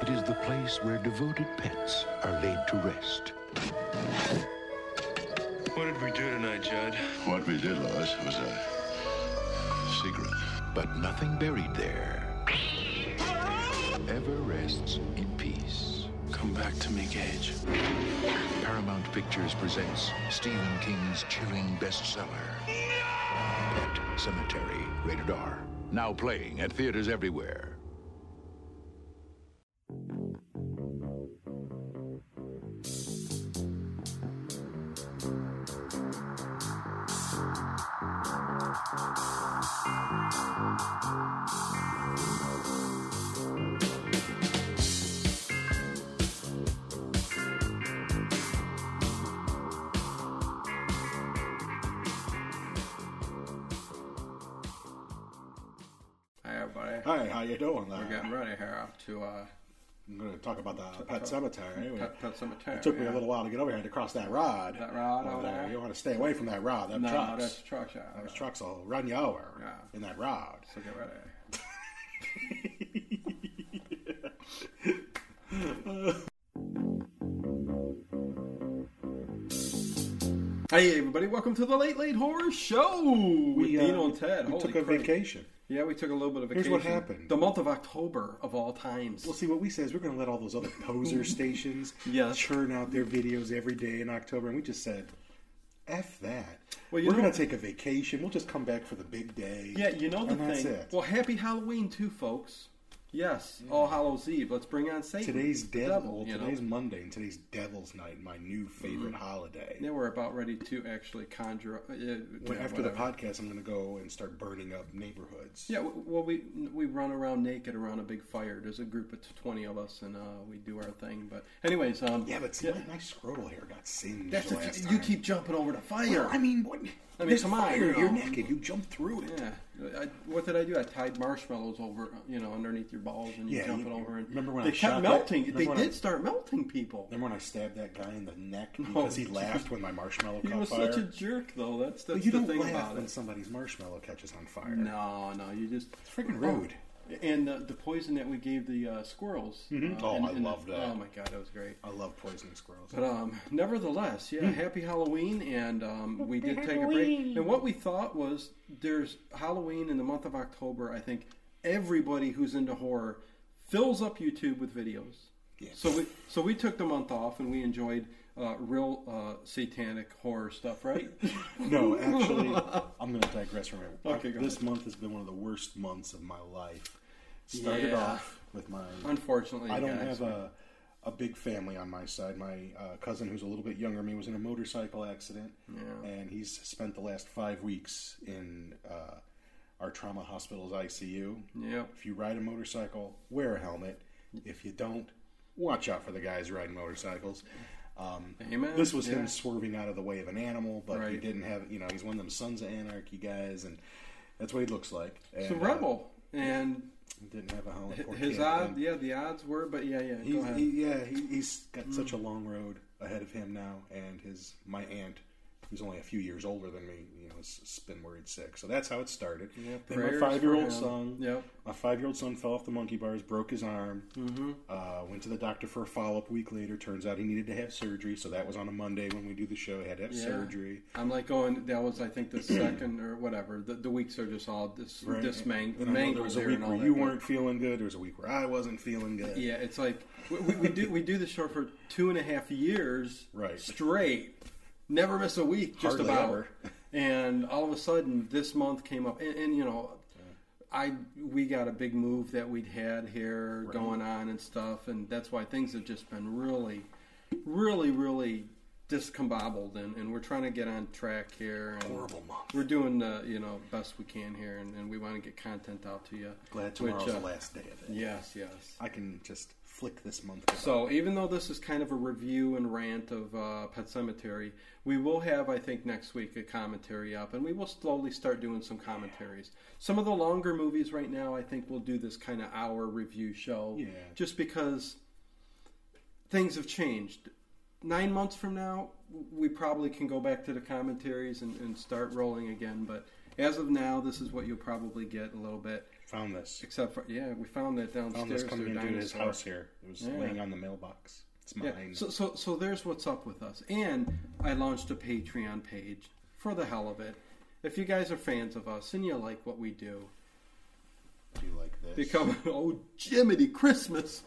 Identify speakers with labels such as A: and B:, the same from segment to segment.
A: It is the place where devoted pets are laid to rest.
B: What did we do tonight, Judd?
C: What we did, Lois, was a secret.
A: But nothing buried there ever rests in peace.
B: Come back to me, Gage.
A: Paramount Pictures presents Stephen King's chilling bestseller, Pet Cemetery, rated R. Now playing at theaters everywhere.
D: Hey everybody,
E: Hi, how you doing? There?
D: we're getting ready here to uh,
E: I'm going to talk about the pet
D: talk-
E: cemetery. We-
D: pet, pet cemetery.
E: it took me
D: yeah.
E: a little while to get over here to cross that rod.
D: That rod
E: over
D: over
E: there.
D: there.
E: You want to stay away from that rod. Them
D: No,
E: trucks.
D: that's truck yeah.
E: Those
D: yeah.
E: trucks will run you over
D: Yeah.
E: in that rod.
D: So get ready. Hey everybody, welcome to the Late Late Horror Show with
E: We, uh,
D: Dean and Ted.
E: We
D: Holy
E: took a
D: crap.
E: vacation.
D: Yeah, we took a little bit of vacation.
E: Here's what happened.
D: The month of October of all times.
E: Well, see, what we say is we're going to let all those other poser stations
D: Yes.
E: churn out their videos every day in October, and we just said, "F that."
D: Well, you
E: we're
D: know-
E: going to take a vacation. We'll just come back for the big day.
D: Yeah, you know the
E: and
D: thing.
E: That's it.
D: Well, happy Halloween too, folks. Yes, All Hallows Eve. Let's bring on Satan.
E: Today's
D: the
E: devil.
D: you know? Mm-hmm.
E: today's Monday, and today's Devil's Night, my new favorite holiday.
D: Now we're about ready to actually conjure. Uh, yeah,
E: When, after
D: whatever.
E: the podcast, I'm going to go and start burning up neighborhoods.
D: Yeah, w- well, we we run around naked around a big fire. There's a group of twenty of us, and uh, we do our thing. But anyways, um,
E: Yeah, but see, my, my scrotal hair got singed
D: that's
E: the
D: if
E: last
D: you,
E: time.
D: you keep jumping over the fire.
E: Well, I mean, what?
D: I mean,
E: there's
D: come on,
E: fire.
D: you
E: You're
D: know.
E: naked. You jump through it.
D: yeah, I, what did I do? I tied marshmallows over, you know, underneath your balls, and you
E: Yeah,
D: jump
E: you-
D: it over. And
E: remember when
D: they
E: I shot
D: kept
E: that-
D: melting?
E: remember
D: They
E: when
D: did
E: I-
D: start melting people.
E: Remember when I stabbed that guy in the neck because he laughed when my marshmallow
D: Oh, He
E: caught
D: was
E: fire?
D: such a jerk, though. That's that's
E: But you
D: the
E: don't
D: thing
E: laugh
D: about
E: when
D: it.
E: somebody's marshmallow catches on fire.
D: No, Oh. no, you just
E: It's freaking rude.
D: And uh, the poison that we gave the uh, squirrels. uh,
E: Oh,
D: in-
E: I
D: in the-
E: love that.
D: Oh my god, that was great.
E: I love poisoning squirrels.
D: But um, nevertheless, yeah,
E: Mm.
D: happy Halloween, and um, we did take a break. And what we thought was, there's Halloween in the month of October. I think everybody who's into horror fills up YouTube with videos. So we so we took the month off, and we enjoyed uh, real uh, satanic horror stuff, right?
E: No, actually, I'm going to digress from it.
D: Okay, go
E: this
D: ahead.
E: month has been one of the worst months of my life. Started
D: Yeah.
E: off with my.
D: Unfortunately,
E: I don't
D: guys.
E: have a a big family on my side. My uh, cousin, who's a little bit younger than me, was in a motorcycle accident, and he's spent the last five weeks in uh, our trauma hospital's ICU.
D: Yep.
E: If you ride a motorcycle, wear a helmet. If you don't, watch out for the guys riding motorcycles. Um,
D: Amen.
E: This was
D: Yeah.
E: him swerving out of the way of an animal, but he
D: Right.
E: didn't have. You know, he's one of them Sons of Anarchy guys, and that's what he looks like. And,
D: The
E: uh,
D: rebel and
E: didn't have a helmet. poor
D: his
E: kid,
D: odds.
E: and-
D: Yeah, the odds were, but yeah, yeah. go
E: He's,
D: ahead. Hmm.
E: he, yeah, he, he's got such a long road ahead of him now, and his my aunt, who's only a few years older than me, you know, has s- been worried sick. So that's how it started. then my
D: prayers
E: five year
D: for him.
E: old son,
D: Yep.
E: my five year old son fell off the monkey bars, broke his arm, mm-hmm. uh, went to the doctor for a follow up. Week later, turns out he needed to have surgery. So that was on a Monday when we do the show. He had to have
D: Yeah.
E: surgery.
D: I'm like going. That was I think the second or whatever. The, the weeks are just all dis,
E: Right?
D: dismang-
E: And I know there
D: mangled
E: was a
D: here
E: week
D: and all
E: where
D: that,
E: you
D: but-
E: weren't feeling good. There was a week where I wasn't feeling good.
D: Yeah, it's like we, we, we do we do the show for two and a half years
E: Right.
D: straight, never miss a week, just
E: Hardly
D: about.
E: ever.
D: And all of a sudden, this month came up, and, and you know, I we got a big move that we'd had here going on and stuff, and that's why things have just been really, really, really discombobbled, and, and we're trying to get on track here. And
E: Horrible month.
D: We're doing the you know best we can here, and, and we want to get content out to you.
E: Glad
D: which,
E: tomorrow's
D: uh,
E: the last day of it.
D: Yes, yes.
E: I can just flick this month. goodbye.
D: So even though this is kind of a review and rant of uh, Pet Cemetery, we will have, I think, next week a commentary up, and we will slowly start doing some commentaries. Some of the longer movies right now, I think, we'll do this kind of hour review show,
E: Yeah.
D: just because things have changed. Nine months from now, we probably can go back to the commentaries and, and start rolling again. But as of now, this is what you'll probably get a little bit.
E: Found this.
D: Except for yeah, we found that downstairs.
E: Found this coming
D: their
E: into his
D: dinosaur.
E: house here. It was
D: Yeah.
E: laying on the mailbox. It's
D: Yeah.
E: mine.
D: So, so so there's what's up with us. And I launched a Patreon page for the hell of it. If you guys are fans of us and you like what we do,
E: Do you like this?
D: become oh Jiminy Christmas.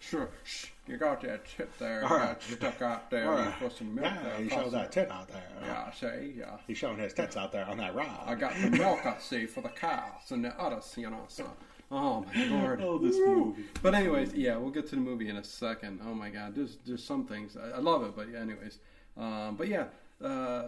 D: sure, Shh, you got that tip there
E: All
D: got
E: right.
D: stuck out there.
E: All
D: You
E: right.
D: put some milk
E: Ah. Yeah,
D: there.
E: he
D: possibly.
E: showed that tit out there.
D: Yeah, see, yeah.
E: He's showing his tits out there on that rock.
D: I got the milk I see for the cows and the others, you know. So, oh my lord.
E: Oh, this movie.
D: But anyways, yeah, we'll get to the movie in a second. Oh my god, there's there's some things I, I love it, but anyways, um, but yeah, uh,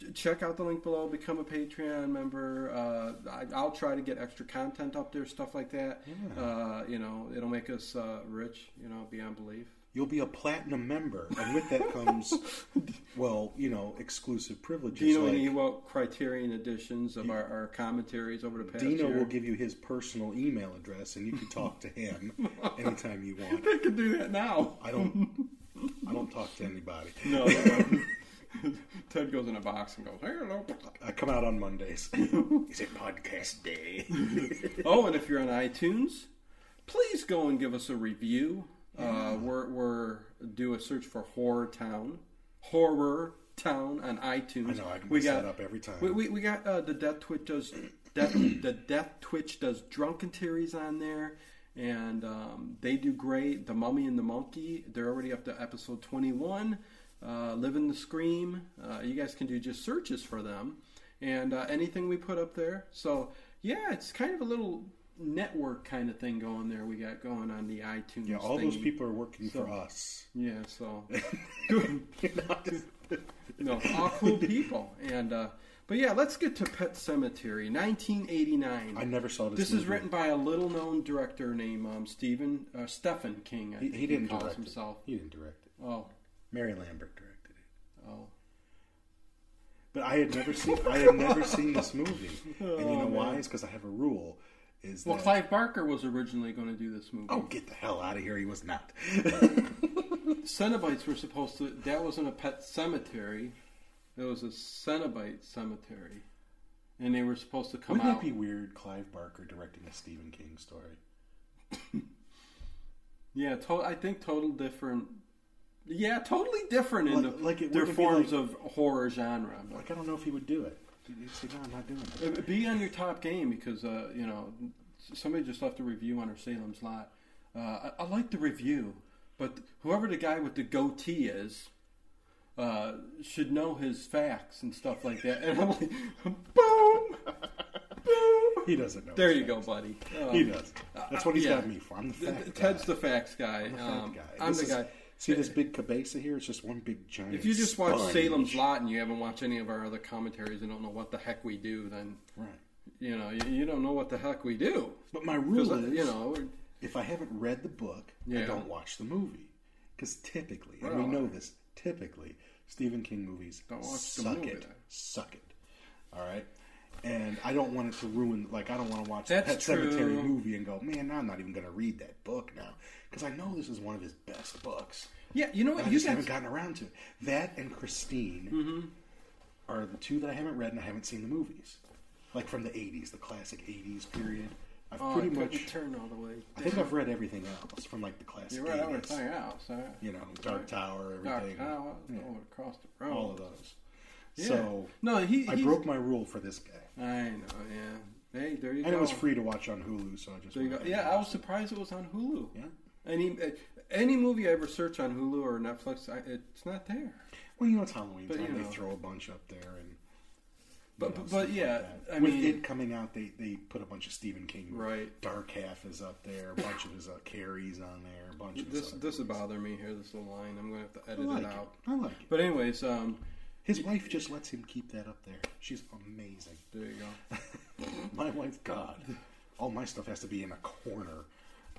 D: ch- check out the link below. Become a Patreon member. Uh, I, I'll try to get extra content up there, stuff like that. Uh, you know, it'll make us uh, rich. You know, beyond belief.
E: You'll be a platinum member, and with that comes, well, you know, exclusive privileges.
D: Do you know
E: like,
D: any well, Criterion editions of our, our commentaries over the past
E: Dino
D: year?
E: will give you his personal email address, and you can talk to him anytime you want.
D: I can do that now.
E: I don't. I don't talk to anybody.
D: No. no, no. Ted goes in a box and goes, "Hey, hello.
E: I come out on Mondays. Is it podcast day?
D: Oh, and if you're on iTunes, please go and give us a review. Uh, we're, we're do a search for Horror Town, Horror Town on iTunes.
E: I know, I mess that up every time.
D: We, we, we got uh, the Death Twitch does Death, the Death Twitch does Drunken Theories on there, and um, they do great. The Mummy and the Monkey, they're already up to episode twenty one. Uh, Live in the Scream, uh, you guys can do just searches for them, and uh, anything we put up there. So yeah, it's kind of a little network kind of thing going there. We got going on the iTunes.
E: Yeah, all those
D: thingy.
E: people are working for us.
D: Yeah, so no, all cool people, and uh, but yeah, let's get to Pet Cemetery, 1989.
E: I never saw this.
D: This is
E: movie.
D: written by a little-known director named um, Stephen uh, Stephen King. I
E: He,
D: think
E: he didn't
D: calls
E: direct
D: himself.
E: it. He didn't direct it.
D: Oh,
E: Mary Lambert directed it.
D: oh,
E: But I had never seen I had never seen this movie, and you know why? It's because I have a rule: is
D: Oh, well,
E: that
D: Clive Barker was originally going to do this movie.
E: oh, get the hell out of here! He was not.
D: Cenobites were supposed to. That wasn't a pet cemetery. It was a Cenobite cemetery, and they were supposed to come
E: Wouldn't
D: out.
E: it be weird, Clive Barker directing a Stephen King story?
D: Yeah, to- I think total different. Yeah, totally different in
E: Like-
D: the,
E: like it
D: their
E: wouldn't be
D: forms
E: like-
D: of horror genre. but-
E: Like I don't know if he would do it. He'd say, "No, I'm not doing it."
D: Uh, Be on your top game because uh, you know s- somebody just left a review on our Salem's Lot. Uh, I, I like the review, but whoever the guy with the goatee is uh, should know his facts and stuff like that. And I'm like, boom, boom.
E: He doesn't know.
D: There
E: his
D: you go,
E: facts.
D: buddy. Um,
E: He does. That's what he's
D: yeah.
E: got me for. I'm the
D: th-
E: fat
D: th-
E: guy.
D: Ted's the facts guy.
E: I'm the fat
D: Um,
E: guy.
D: I'm
E: This
D: the
E: is-
D: guy.
E: See this big cabeza here? It's just one big giant.
D: If you just watch
E: sponge.
D: Salem's Lot and you haven't watched any of our other commentaries and don't know what the heck we do, then
E: right?
D: you know you, you don't know what the heck we do.
E: But my
D: 'Cause,
E: rule
D: uh,
E: is,
D: you know, we're-
E: if I haven't read the book, I
D: Yeah.
E: don't watch the movie. Because typically, and
D: Well,
E: we know this, typically, Stephen King movies
D: Don't watch the
E: suck
D: movie
E: it.
D: then.
E: Suck it. All right? And I don't want it to ruin, like, I don't want to watch that
D: That's
E: Pet Cemetery
D: true.
E: movie and go, man, I'm not even going to read that book now. Because I know this is one of his best books.
D: yeah, you know
E: But
D: what?
E: I
D: You
E: just
D: guys, Mm-hmm.
E: haven't gotten around to it. That and Christine are the two that I haven't read and I haven't seen the movies. Like from the 80s, the classic 80s period. I've
D: oh,
E: pretty
D: I couldn't
E: much.
D: turn all the way.
E: I think I've read everything else from like the classic.
D: You're right. I would
E: 80s.
D: hang out. So
E: You know, Dark Tower,
D: Dark
E: everything,
D: Tower, oh, across the road.
E: all of those.
D: Yeah.
E: So
D: no, he.
E: I
D: he's-
E: broke my rule for this guy,
D: I know. Yeah. Hey, there you
E: and
D: go.
E: it was free to watch on Hulu, so I just
D: Oh. There you go.
E: went ahead
D: Yeah,
E: and
D: I was
E: watched it.
D: surprised it was on Hulu.
E: Yeah.
D: Any uh, any movie I ever search on Hulu or Netflix, I, it's not there.
E: Well, you know, it's Halloween
D: But,
E: time.
D: you know.
E: They throw a bunch up there, and you
D: But-
E: know,
D: but-
E: stuff
D: but, yeah,
E: like that.
D: I
E: with
D: mean-
E: it coming out, they they put a bunch of Stephen King.
D: Right.
E: Dark Half is up there. A bunch of his uh, Carries on there. A bunch of his
D: This
E: other
D: this is
E: movies.
D: bothering me here. This little line. I'm gonna have to
E: I
D: edit
E: like
D: it
E: it.
D: out.
E: I like it.
D: But anyways, um,
E: His wife just lets him keep that up there. She's amazing.
D: there you go.
E: My wife, God. All my stuff has to be in a corner,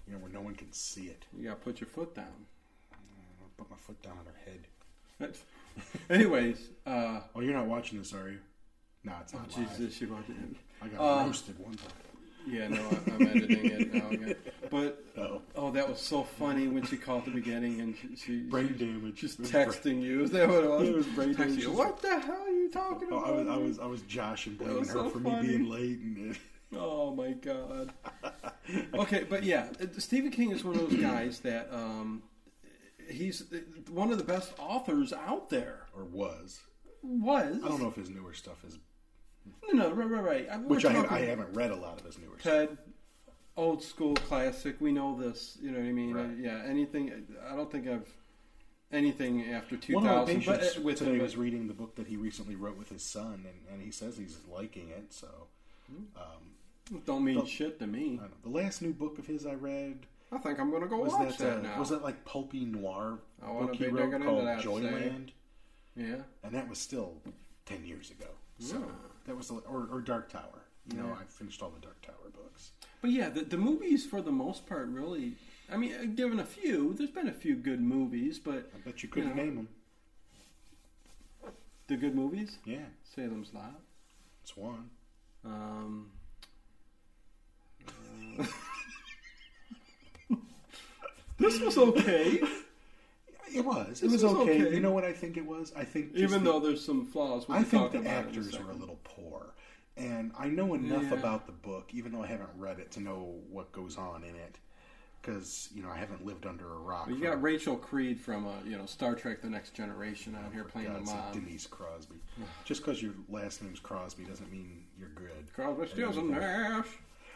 E: you know, where no one can see it.
D: You gotta put your foot down.
E: I'll put my foot down on her head.
D: That's- anyways, uh,
E: Oh, you're not watching this, are you? Nah, it's not live.
D: Oh, Jesus, Um, she watched it.
E: I got roasted one time.
D: Yeah, no, I, I'm editing it now. Again. But
E: Oh.
D: oh, that was so funny when she called at the beginning and she, she
E: Brain damage.
D: She's
E: It was
D: texting you. Is that what it was?
E: Yeah, it was brain
D: Texting
E: damage.
D: you, What the hell are you talking
E: Oh,
D: about?
E: I was, I was, I was Josh and blaming
D: was
E: her
D: so
E: for
D: funny.
E: me being late, and
D: Oh my god. Okay, but yeah, Stephen King is one of those guys that um, he's one of the best authors out there.
E: or was.
D: Was
E: I don't know if his newer stuff is,
D: No, no, right, right, right. I- we're
E: which I, have, I
D: talking
E: haven't read a lot of his newer stuff.
D: Ted, old school classic. We know this. You know what I mean?
E: Right.
D: Yeah. Anything? I don't think I've anything after two
E: One of my
D: thousand.
E: patients
D: But uh, with
E: today
D: him, but-
E: was reading the book that he recently wrote with his son, and, and he says he's liking it. So
D: don't mean shit to me.
E: I don't know. the last new book of his I read
D: I think I'm gonna go
E: was
D: watch
E: that,
D: that,
E: uh,
D: now.
E: was that like pulpy noir
D: I wanna
E: book he
D: be
E: wrote
D: digging into
E: called
D: that, say.
E: Joyland,
D: yeah.
E: and that was still ten years ago. So that was the, or, or Dark Tower. You know, I finished all the Dark Tower books.
D: But yeah, the, the movies for the most part really. I mean, uh, given a few, there's been a few good movies, but
E: I bet you couldn't 'em.
D: know,
E: name them.
D: the good movies.
E: Yeah,
D: Salem's Lot.
E: it's one.
D: Um, uh, this was okay,
E: It was.
D: This
E: It was
D: was
E: okay.
D: okay.
E: You know what I think it was? I think just
D: even
E: the-
D: though there's some flaws. We'll
E: I
D: be
E: think
D: talking
E: the
D: about it in a
E: actors
D: second.
E: were a little poor, and I know enough
D: Yeah.
E: about the book, even though I haven't read it, to know what goes on in it. Because you know, I haven't lived under a rock.
D: You
E: for-
D: got Rachel Creed from uh, you know Star Trek: The Next Generation out here playing
E: Oh, God,
D: the
E: it's like
D: mom.
E: Denise Crosby. Just because your last name's Crosby doesn't mean you're good.
D: Crosby, Stills, and
E: Everything.
D: Nash.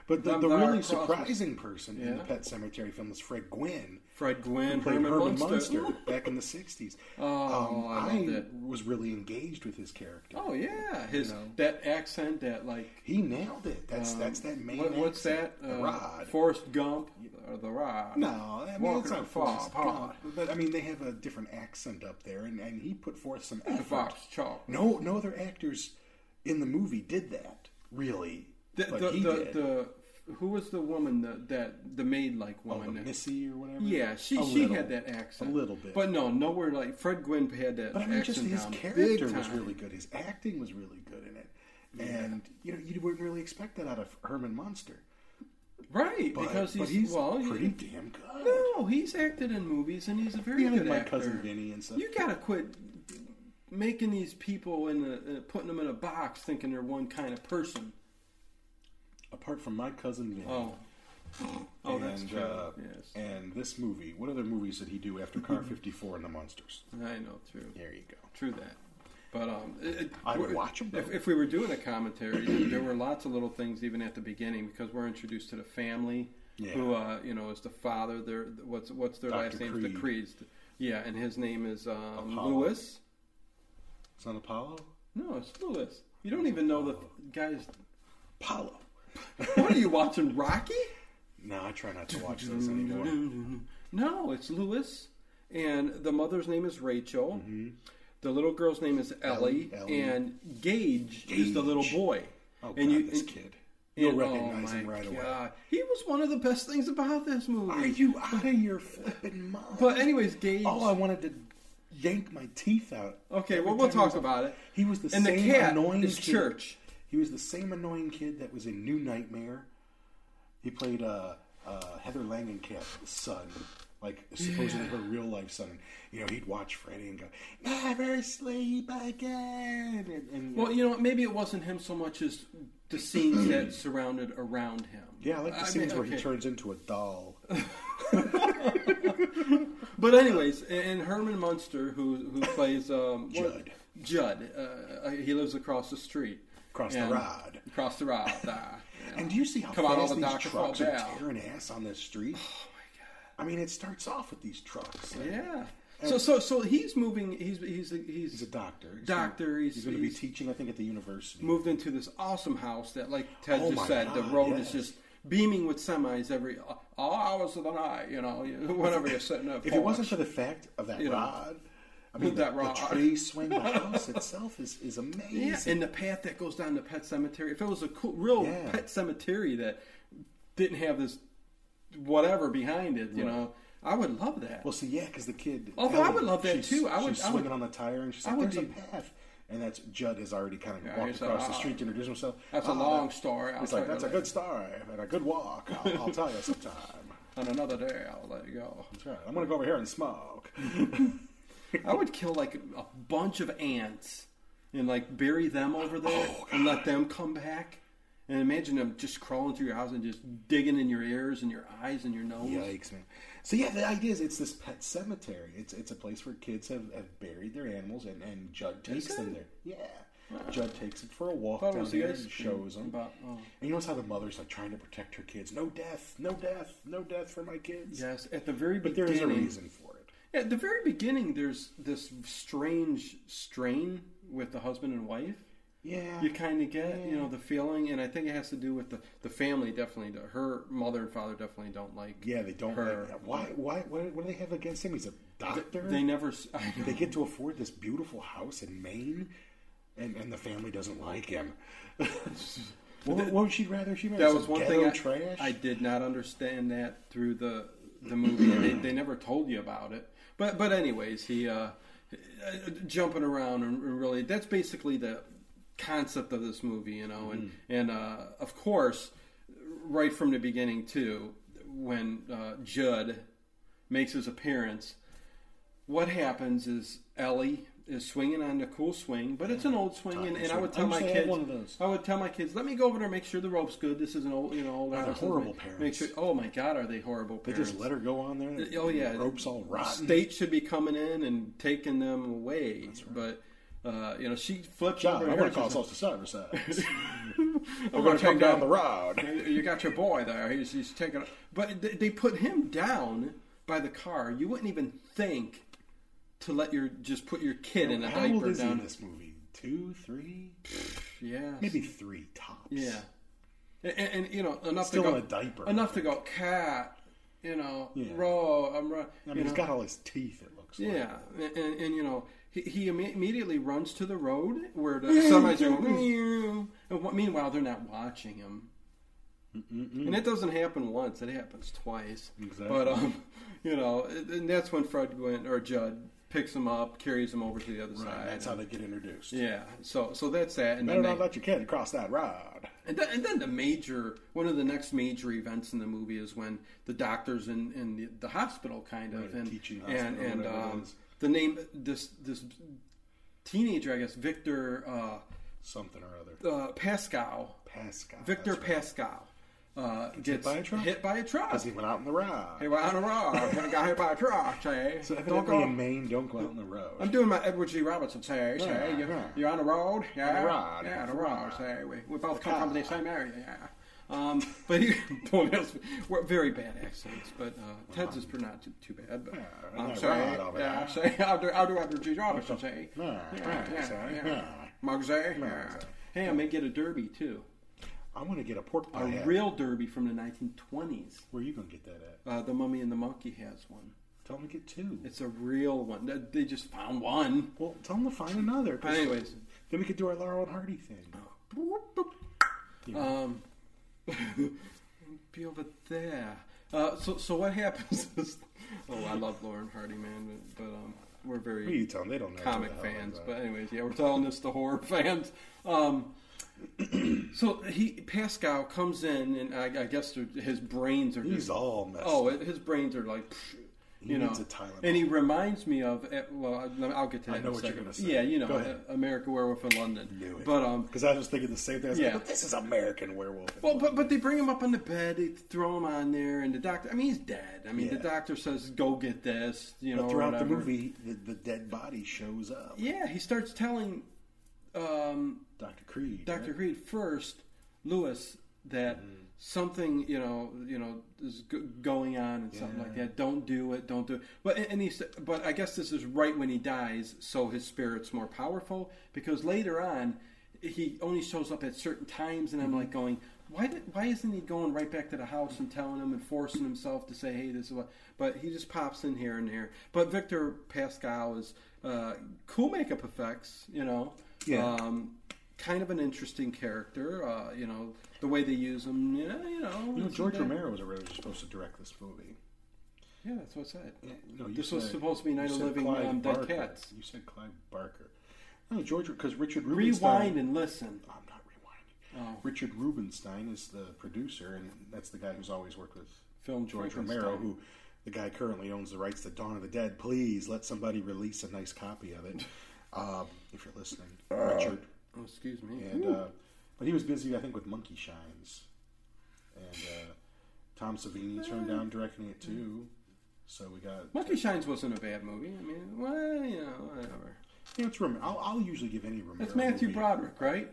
E: But the,
D: I'm
E: the
D: Lara
E: really
D: Crosby.
E: surprising person in the
D: Yeah.
E: Pet Cemetery film was Fred Gwynn,
D: Fred Gwynn,
E: played
D: Herman,
E: Herman
D: Munster.
E: Munster back in the '60s.
D: Oh, I loved it.
E: was really engaged with his character.
D: Oh yeah, his
E: You know.
D: that accent, that like
E: He nailed it. That's that's that main.
D: Um, what, what's that? Uh,
E: accent. The Rod.
D: Forrest Gump or the Rod?
E: No, I mean
D: Walking
E: it's not
D: the Fox
E: Forrest
D: Pod.
E: Gump, but I mean they have a different accent up there, and, and he put forth some effort.
D: Fox Chalk.
E: No, no other actors in the movie did that really,
D: The,
E: but
D: the,
E: he
D: the,
E: did.
D: the- who was the woman that, that the maid like
E: Oh, the
D: woman? that-
E: Missy or whatever.
D: yeah, she
E: A
D: she
E: little.
D: had that accent
E: a little bit,
D: but no, nowhere like Fred Gwynn had that.
E: But I mean,
D: accent
E: just his
D: down
E: character
D: big
E: was
D: time.
E: really good. His acting was really good in it, and you know you wouldn't really expect that out of Herman Munster.
D: right
E: But,
D: because he's,
E: but he's
D: well, he-
E: pretty damn good.
D: no, he's acted in movies and he's a very
E: Yeah, like
D: good
E: my
D: actor.
E: cousin Vinny and stuff.
D: You gotta quit making these people in a, uh, putting them in a box, thinking they're one kind of person.
E: Apart from my cousin Vinny.
D: Oh, oh,
E: and,
D: that's true.
E: Uh,
D: yes,
E: And this movie. What other movies did he do after Car 54 and the Monsters?
D: I know. True,
E: There you go.
D: true that. But um, it, it-
E: I would watch 'em, though.
D: If, if we were doing a commentary, there were lots of little things even at the beginning because we're introduced to the family,
E: Yeah.
D: who uh, you know is the father. Their what's what's their
E: Dr.
D: last name? The
E: Creed.
D: Creeds. Yeah, and his name is um,
E: Apollo.
D: Lewis.
E: It's not Apollo?
D: No, it's Lewis. You don't even know the guys.
E: Apollo.
D: What are you watching, Rocky?
E: No, I try not to watch those anymore.
D: No, it's Lewis, and the mother's name is Rachel. The little girl's name is Ellie,
E: Mm-hmm. Ellie, Ellie.
D: and Gage, is the little
E: Gage.
D: boy.
E: Oh, God,
D: and you,
E: this
D: and-
E: kid.
D: and-
E: You'll recognize
D: oh,
E: him
D: my
E: right away.
D: God. He was one of the best things about this movie.
E: Are you out of your flipping mind?
D: But anyways, Gage.
E: Oh, I wanted to yank my teeth out.
D: Okay,
E: Every
D: well, we'll
E: time he
D: talk
E: was on-
D: about it.
E: He was the
D: And the
E: same
D: cat
E: annoying
D: is
E: kid.
D: Church.
E: He was the same annoying kid that was in New Nightmare. He played uh, uh, Heather Langenkamp's son, like supposedly her real life son. You know, he'd watch Freddy and go, "Never sleep again." And, and
D: well, you know, what, maybe it wasn't him so much as the scenes that surrounded around him.
E: yeah, I like the
D: I
E: scenes
D: mean,
E: where
D: okay.
E: he turns into a doll.
D: But anyways, a- and Herman Munster, who who plays um, what-
E: Judd.
D: Judd, uh, uh, he lives across the street.
E: Across the
D: And-
E: rod.
D: Across the rod. ah, yeah.
E: And do you see how
D: Come on, all
E: fast
D: the
E: these
D: doctors fall
E: trucks are
D: down.
E: tearing ass on this street? Oh my god! I mean, it starts off with these trucks. and
D: Yeah. So so so he's moving. He's he's he's,
E: He's a doctor. He's
D: Doctor,
E: Gonna,
D: he's-
E: he's, going to be
D: he's-
E: teaching, I think, at the university.
D: moved into this awesome house that, like Ted
E: Oh my
D: just said, the
E: God,
D: road
E: yes.
D: is just beaming with semis every all hours of the night. You know, you- whenever you're sitting up.
E: If it wasn't for the fact of that
D: You know.
E: rod, I mean,
D: That
E: that the,
D: rod.
E: the tree swing, the house itself is, is amazing.
D: Yeah, and the path that goes down to Pet Cemetery. If it was a cool, real
E: Yeah.
D: Pet Cemetery that didn't have this whatever behind it, you know, I would love that.
E: well, see, yeah, because the kid.
D: Although I would love that,
E: she's-
D: too. I would-
E: She's
D: I would-
E: swinging on the tire, and she's
D: I
E: like,
D: would
E: "There's a
D: be-
E: path." And that's Judd is already kind of walked
D: he's like,
E: across the
D: "Ah,
E: street to introduce himself.
D: that's a
E: "Ah,
D: long story. I'll
E: He's
D: tell
E: like,
D: you
E: "That's a
D: later."
E: good story and a good walk. I'll, I'll tell you sometime."
D: On another day, I'll let you go.
E: That's right. I'm gonna go over here and smoke.
D: I would kill like a
E: Oh,
D: bunch of ants and like bury them over there and let them come back. And imagine them just crawling through your house and just digging in your ears and your eyes and your nose.
E: Yikes, man. So yeah, the idea is it's this pet cemetery. It's it's a place where kids have, have buried their animals, and, and Judd takes them there. Yeah, Judd takes it for a walk
D: Thought it
E: down
D: was the
E: there
D: ice
E: and shows
D: cream
E: them.
D: about- oh.
E: And you notice how the mother's like trying to protect her kids. No death, no death, no death for my kids.
D: Yes, at the very
E: but there
D: beginning.
E: is a reason for it.
D: At the very beginning, there's this strange strain with the husband and wife.
E: Yeah,
D: You kind of get, you know, the feeling, and I think it has to do with the the family. Definitely, her mother and father definitely don't like.
E: yeah. They don't.
D: Her.
E: Like, why? Why? What, what do they have against him? He's a doctor.
D: They never. s- I know.
E: They get to afford this beautiful house in Maine, and, and the family doesn't like him. what, what would she rather? She rather
D: that
E: some
D: was one
E: ghetto
D: thing I,
E: trash.
D: I did not understand that through the the movie. they, they never told you about it. But but anyways, he uh, uh, jumping around and, and really that's basically the concept of this movie, you know. And
E: Mm-hmm.
D: and uh, of course, right from the beginning too, when uh, Judd makes his appearance, what happens is Ellie is swinging on the cool swing, but it's an old swing, and, and I would
E: I
D: tell
E: wish
D: my
E: they had
D: kids,
E: one of those.
D: I would tell my kids, let me go over there, and make sure the rope's good. This is an old, you know, old
E: they're
D: house.
E: horrible
D: Make-
E: parents.
D: Make sure, oh my God, are they horrible
E: they
D: parents?
E: just let her go on there.
D: Oh yeah,
E: the ropes all rotten.
D: State should be coming in and taking them away, but uh, you know she flips
E: John,
D: over.
E: I
D: her
E: want
D: and
E: to call
D: she's like,
E: ourselves to Cybersex.
D: "I'm
E: We're going to
D: take
E: come down
D: that-
E: the road.
D: you you got your boy there. He's, he's taking. But they, they put him down by the car. You wouldn't even think to let your just put your kid in a
E: How old
D: diaper
E: is he in
D: down.
E: this movie? Two, three,
D: Yeah,
E: maybe three tops.
D: Yeah, and, and, and, you know enough
E: Still
D: to go
E: in a diaper, I
D: Enough to go cat. You know,
E: Yeah.
D: row. I'm right.
E: I mean, he's got all his teeth. It looks. like.
D: Yeah, and, and, and you know he, he imme- immediately runs to the road where the somebody's going. "Meow." And wh- meanwhile, they're not watching him, and it doesn't happen once; it happens twice.
E: Exactly.
D: But um, you know, and and that's when Fred Gwynn or Judd picks him up, carries him over to the other
E: Right,
D: side.
E: that's how they get introduced.
D: yeah, so so that's that, and
E: Better
D: then,
E: not
D: they,
E: let your kid cross that road.
D: and, then, and then the major one of the next major events in the movie is when the doctors in, in the, the hospital kind of
E: Right,
D: and
E: teaching
D: and,
E: hospital,
D: and
E: whatever it
D: um,
E: is.
D: the name this this teenager I guess Victor uh,
E: Something or other.
D: uh, Pascal
E: Pascal.
D: Victor
E: that's right.
D: Pascal uh, gets
E: by a truck?
D: hit by a truck.
E: Because he went out in the road.
D: Hey, well, I don't know. I got hit by a truck. Hey,
E: So
D: don't
E: evidently
D: go.
E: in Maine, don't go out on the road.
D: I'm doing my Edward G. Robertson. Say, say,
E: Yeah,
D: you're,
E: yeah.
D: you're on the road. Yeah,
E: road.
D: yeah, the
E: The
D: road.
E: road.
D: Say, we, we both come from the same area. Yeah. Um, but he, boy, those were very bad accents. But uh, Ted's is not too, too bad. But
E: Yeah,
D: I'm
E: yeah,
D: sorry.
E: right over
D: Yeah,
E: there.
D: say, I'll do, I'll do Edward G. Robertson. Say,
E: Yeah,
D: yeah,
E: yeah, say,
D: yeah, yeah.
E: yeah.
D: Mark say, yeah.
E: Mark say.
D: Hey, I may get a derby too.
E: I want to get a pork
D: A
E: pie. hat.
D: real derby from the 1920s.
E: Where are you gonna get that at?
D: Uh, the Mummy and the Monkey has one.
E: Tell them to get two.
D: It's a real one. They- They just found one.
E: Well, tell them to find another. 'cause
D: Anyways. Oh.
E: then we could do our Laurel and Hardy thing.
D: Um, be over there. Uh, so, so what happens is, oh, I love Lauren Hardy, man, but, but um, we're very
E: What are you telling? They don't know. what
D: comic
E: the hell
D: fans.
E: is
D: But
E: that. uh,
D: anyways, yeah, we're telling this to horror fans. Um, so he Pascal comes in, and I, I guess they're- his brains are
E: he's
D: just,
E: all messed.
D: oh,
E: up.
D: it, his brains are like. pfft, you
E: needs
D: know,
E: a Tylenol.
D: and he reminds me of eh, well, I- I'll get to that.
E: I
D: in
E: know
D: a
E: what you're
D: second.
E: gonna say.
D: Yeah, you know,
E: Go ahead.
D: eh, America Werewolf in London.
E: Knew it.
D: But um,
E: because I was thinking the same thing. I was
D: Yeah.
E: like, but this is American Werewolf. in
D: Well, but
E: London.
D: but they bring him up on the bed, they throw him on there, and the doctor. I mean, he's dead. I mean, the
E: Yeah.
D: doctor says, "Go get this," you know.
E: But throughout
D: or
E: the
D: whatever.
E: movie, the, the dead body shows up.
D: yeah, he starts telling um,
E: Doctor Creed.
D: Doctor
E: right?
D: Creed first, Lewis, that something you know you know is g- going on and something like that. Don't do it. Don't do it. But and he said, but I guess this is right when he dies, so his spirit's more powerful because later on he only shows up at certain times, and I'm like going. Why, did, why isn't he going right back to the house and telling him and forcing himself to say, hey, this is what? But he just pops in here and there. But Victor Pascal is uh, cool makeup effects, you know.
E: Yeah.
D: Um, kind of an interesting character. Uh, you know, the way they use him, you know. You know,
E: You know,
D: it's
E: George
D: a-
E: Romero was already supposed to direct this movie.
D: Yeah, that's what I said.
E: No, you
D: this was
E: said-
D: supposed to be Night
E: you
D: of
E: said
D: Living
E: Clive
D: um, Dead
E: Barker.
D: Cats.
E: You said Clive Barker. No, George, because Richard Rubenstein.
D: Rewind and listen.
E: I'm not rewinding.
D: Oh.
E: Richard Rubenstein is the producer, and that's the guy who's always worked with
D: Film
E: George
D: Frankenstein.
E: Romero, who the guy currently owns the rights to Dawn of the Dead. Please let somebody release a uh,
D: Uh.
E: nice copy of it, um, if you're listening, Richard.
D: Oh, excuse me.
E: And uh, But he was busy, I think, with Monkey Shines, and uh, Tom Savini turned down directing it
D: Mm.
E: too. So we got.
D: Monkey Shines wasn't a bad movie. I mean, well, you know, whatever.
E: Yeah, it's Romero. I'll, I'll usually give any Romero.
D: That's Matthew
E: movie-
D: Broderick, right?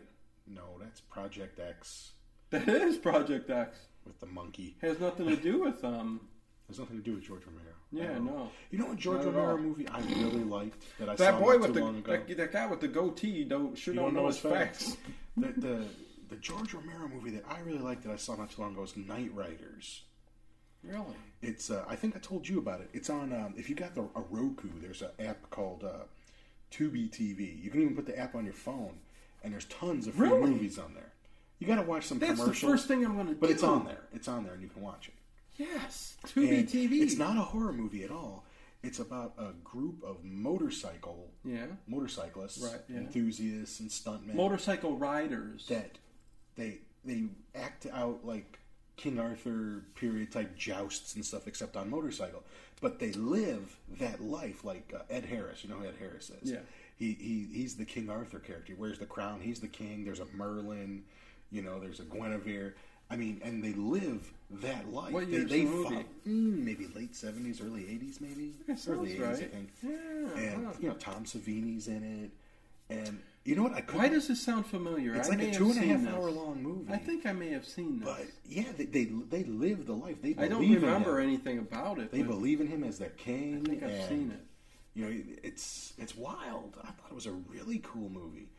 E: No, that's Project X
D: That is Project X.
E: with the monkey.
D: Has nothing to do with um.
E: There's nothing to do with George Romero.
D: Yeah,
E: Um,
D: no.
E: You know what George
D: Not at
E: Romero
D: all.
E: movie I really liked that I saw
D: That boy
E: not
D: with
E: too
D: the
E: long ago.
D: that, that guy with the goatee don't sure
E: You
D: don't, know his facts.
E: the, the the George Romero movie that I really liked that I saw not too long ago is Night Riders.
D: Really?
E: It's uh, I think I told you about it. It's on um, if you got the a Roku, there's an app called uh, Tubi TV. You can even put the app on your phone, and there's tons of free
D: Really?
E: movies on there. You got to watch some
D: That's the
E: commercials.
D: first thing I'm going to do.
E: but it's on there. It's on there, and you can watch it.
D: Yes, Tubi
E: And
D: TV.
E: It's not a horror movie at all. It's about a group of motorcycle
D: Yeah.
E: motorcyclists,
D: Right, yeah.
E: enthusiasts, and stuntmen
D: Motorcycle riders.
E: that they they act out like King Arthur period type jousts and stuff, except on motorcycle. But they live that life like uh, Ed Harris. You know who Ed Harris is?
D: Yeah.
E: He, he he's the King Arthur character. He wears the crown. He's the king. There's a Merlin. You know, there's a Guinevere. I mean, and they live that life.
D: What
E: they,
D: year's
E: they
D: the movie?
E: fo- mm, maybe late seventies, early eighties, maybe
D: That sounds
E: early eighties, I
D: right.
E: think.
D: Yeah,
E: And
D: huh.
E: you know, Tom Savini's in it. And you know what? I
D: Why
E: couldn't
D: does this sound familiar?
E: it's
D: I
E: like
D: may
E: a
D: have
E: two and a
D: seen
E: half
D: this.
E: hour long movie.
D: I think I may have seen this.
E: but yeah, they they, they live the life. They
D: I don't
E: believe
D: remember
E: in him.
D: anything about it.
E: They
D: but
E: believe in him as their king.
D: I think I've
E: and,
D: seen it.
E: You know, it's it's wild. I thought it was a really cool movie.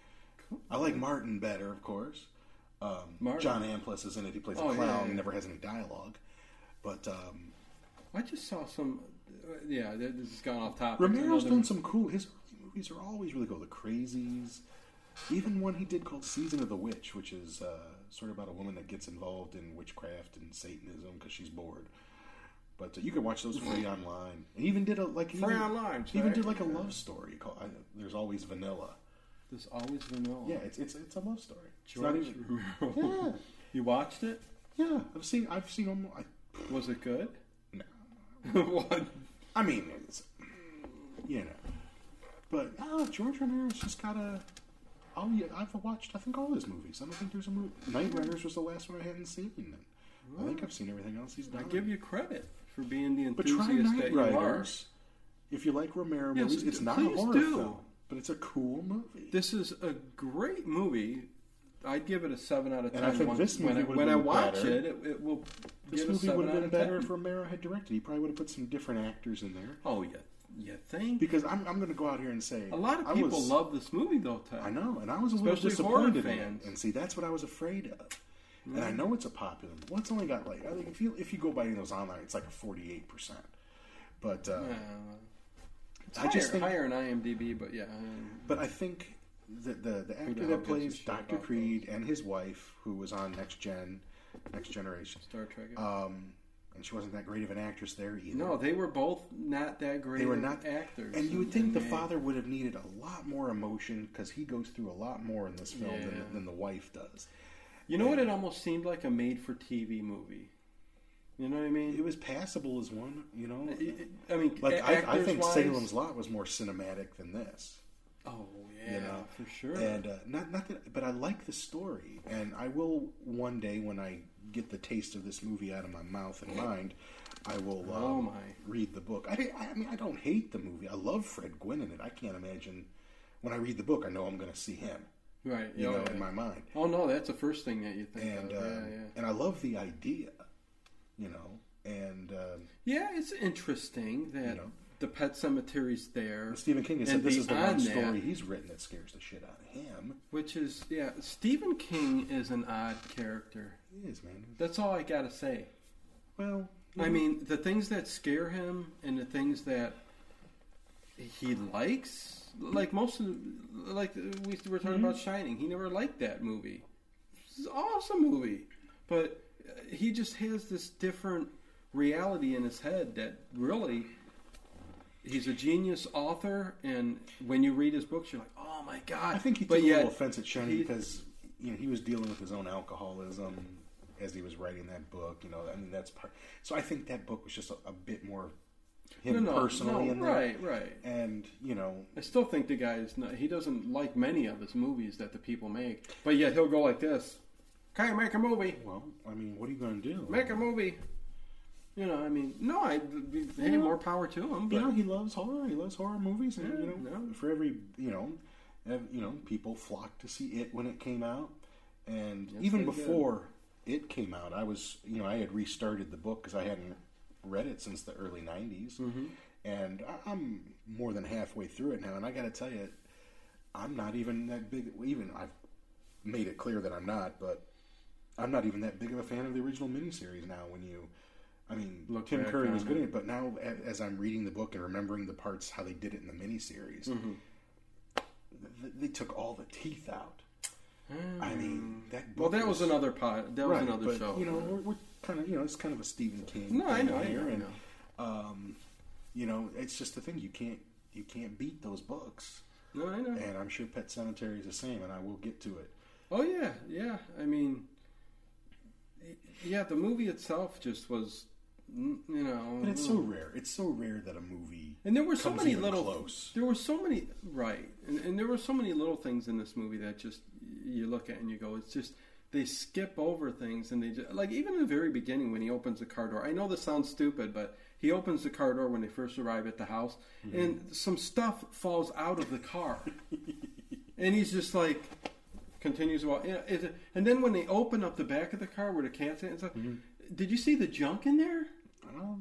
E: I like Martin better, of course. Um,
D: Martin?
E: John Amplis is in it. He plays
D: Oh,
E: a
D: yeah,
E: clown. and
D: yeah.
E: Never has any dialogue. But um,
D: I just saw some. Uh, yeah, th- this has gone off topic.
E: Romero's
D: Another-
E: done some cool. His early movies are always really cool. The Crazies, even one he did called Season of the Witch, which is uh, sort of about a woman that gets involved in witchcraft and Satanism because she's bored. But uh, you can watch those free online. And he even did a like he
D: Free
E: even,
D: online,
E: He even
D: right?
E: did like a love story called I, There's Always Vanilla.
D: There's always vanilla.
E: Yeah, it's it's it's a love story. It's not
D: George
E: even-
D: Romero. You watched it?
E: yeah, yeah. I've seen I've seen almost. I,
D: Was it good?
E: no.
D: what?
E: I mean, it's you know, but no, George Romero's just got a. Oh yeah, I've watched. I think all his movies. I don't think there's a movie. Night Riders was the last one I hadn't seen. I think I've seen everything else he's done.
D: I give you credit for being the
E: but try
D: enthusiast that
E: Night
D: you are.
E: Riders. If you like Romero
D: Yes,
E: movies,
D: d-
E: it's not a
D: please
E: horror
D: do.
E: film, but it's a cool movie.
D: This is a great movie. I'd give it a seven out of ten.
E: And I think
D: when,
E: this
D: when I,
E: movie would've
D: when I
E: been
D: watch
E: better.
D: it, it, it will
E: This
D: get a
E: movie
D: seven
E: would have
D: out
E: been
D: of
E: better
D: 10.
E: if Romero had directed. He probably would have put some different actors in there.
D: Oh yeah, you think?
E: Because I'm, I'm going to go out here and say
D: a lot of
E: I
D: people
E: was-
D: love this movie though, Ted.
E: I know, and I was a
D: Especially
E: little disappointed
D: horror
E: in
D: fans.
E: it. And see, that's what I was afraid of. And I know it's a popular. Well, it's only got like I think if you if you go by any of those online, it's like a forty eight percent. But uh,
D: Uh, it's
E: I
D: higher,
E: just think-
D: higher in IMDb, but yeah, um,
E: but I think the the, the actor
D: hell
E: that
D: gives a
E: plays
D: shit
E: Doctor
D: about
E: Creed and his wife, who was on Next Gen, Next Generation,
D: Star Trek.
E: um, and she wasn't that great of an actress there either.
D: no, they were both not that great.
E: they were
D: of
E: not
D: actors,
E: And you would think the
D: they-
E: father would have needed a lot more emotion because he goes through a lot more in this film than,
D: Yeah.
E: than the wife does.
D: You know what? It almost seemed like a made-for-TV movie. You know what I
E: It
D: mean?
E: was passable as one, you know.
D: I mean,
E: Like I, I
D: actors
E: think
D: wise,
E: Salem's Lot was more cinematic than this,
D: Oh yeah,
E: you know,
D: for sure.
E: And uh, not not that, but I like the story, and I will one day when I get the taste of this movie out of my mouth and mind, I will. Um,
D: Oh, my.
E: Read the book. I, di- I mean, I don't hate the movie. I love Fred Gwynn in it. I can't imagine when I read the book. I know I'm going to see him,
D: right?
E: you
D: yeah,
E: know,
D: yeah.
E: in my mind.
D: Oh no, that's the first thing that you think
E: And
D: of.
E: um, and I love the idea, you know. And um,
D: yeah, yeah. yeah, it's interesting that
E: know.
D: the Pet Cemetery's there,
E: And Stephen King has said
D: And
E: this is the one
D: beyond that-
E: story he's written that scares the shit out of him.
D: which is yeah. Stephen King is an odd character.
E: He is, man.
D: That's all I gotta say.
E: Well,
D: I mean, the things that scare him and the things that he likes, like most of, the, like we were talking about Shining, he never liked that movie. It's an awesome movie, but uh, he just has this different reality in his head that really. He's a genius author, and when you read his books, you're like, "Oh my god!"
E: I think he
D: but
E: took a
D: yet,
E: little offense at Shining
D: he-
E: because you know he was dealing with his own alcoholism as he was writing that book. You know, I mean that's part. So I think that book was just a, a bit more him
D: no, no,
E: personally
D: no,
E: in there.
D: Right, right.
E: And you know,
D: I still think the guy is not, he doesn't like many of his movies that the people make, but yet he'll go like this. Can you make a movie?
E: well, I mean, what are you going to do?
D: Make a movie. You know, I mean, no, I hey, more power to him. But
E: you know, he loves horror. He loves horror movies, and you know,
D: no.
E: for every you know, ev you know, people flocked to see it when it came out, and even
D: they did.
E: before it came out, I was you know, I had restarted the book because I hadn't read it since the early '90s,
D: Mm-hmm.
E: and I- I'm more than halfway through it now, and I got to tell you, I'm not even that big. Even I've made it clear that I'm not, but I'm not even that big of a fan of the original miniseries now. When you, I mean,
D: Look
E: Tim
D: back
E: Curry was
D: on
E: good in it, but now a- as I'm reading the book and remembering the parts how they did it in the miniseries,
D: Mm-hmm.
E: th- they took all the teeth out. I mean, that book
D: Mm. well, that was
E: is-
D: another pod. That was
E: Right,
D: another
E: but,
D: show.
E: You know, we're, we're kind of you know it's kind of a Stephen King.
D: No, I
E: thing
D: know, I
E: here,
D: know, I
E: and
D: know.
E: um, you know it's just the thing you can't you can't beat those books,
D: no, I know.
E: and I'm sure Pet Cemetery is the same, and I will get to it.
D: Oh yeah, yeah. I mean, y- yeah. The movie itself just was, n- you know.
E: But it's so rare. It's so rare that a movie
D: And there were so
E: comes
D: many
E: even
D: little.
E: close.
D: There were so many right, and, and there were so many little things in this movie that just you look at and you go, it's just they skip over things and they just like even in the very beginning when he opens the car door. I know this sounds stupid, but he opens the car door when they first arrive at the house,
E: Mm-hmm.
D: and some stuff falls out of the car, and he's just like. Continues well, it, and then when they open up the back of the car where the cat's at and stuff,
E: Mm-hmm.
D: did you see the junk in there?
E: I don't know.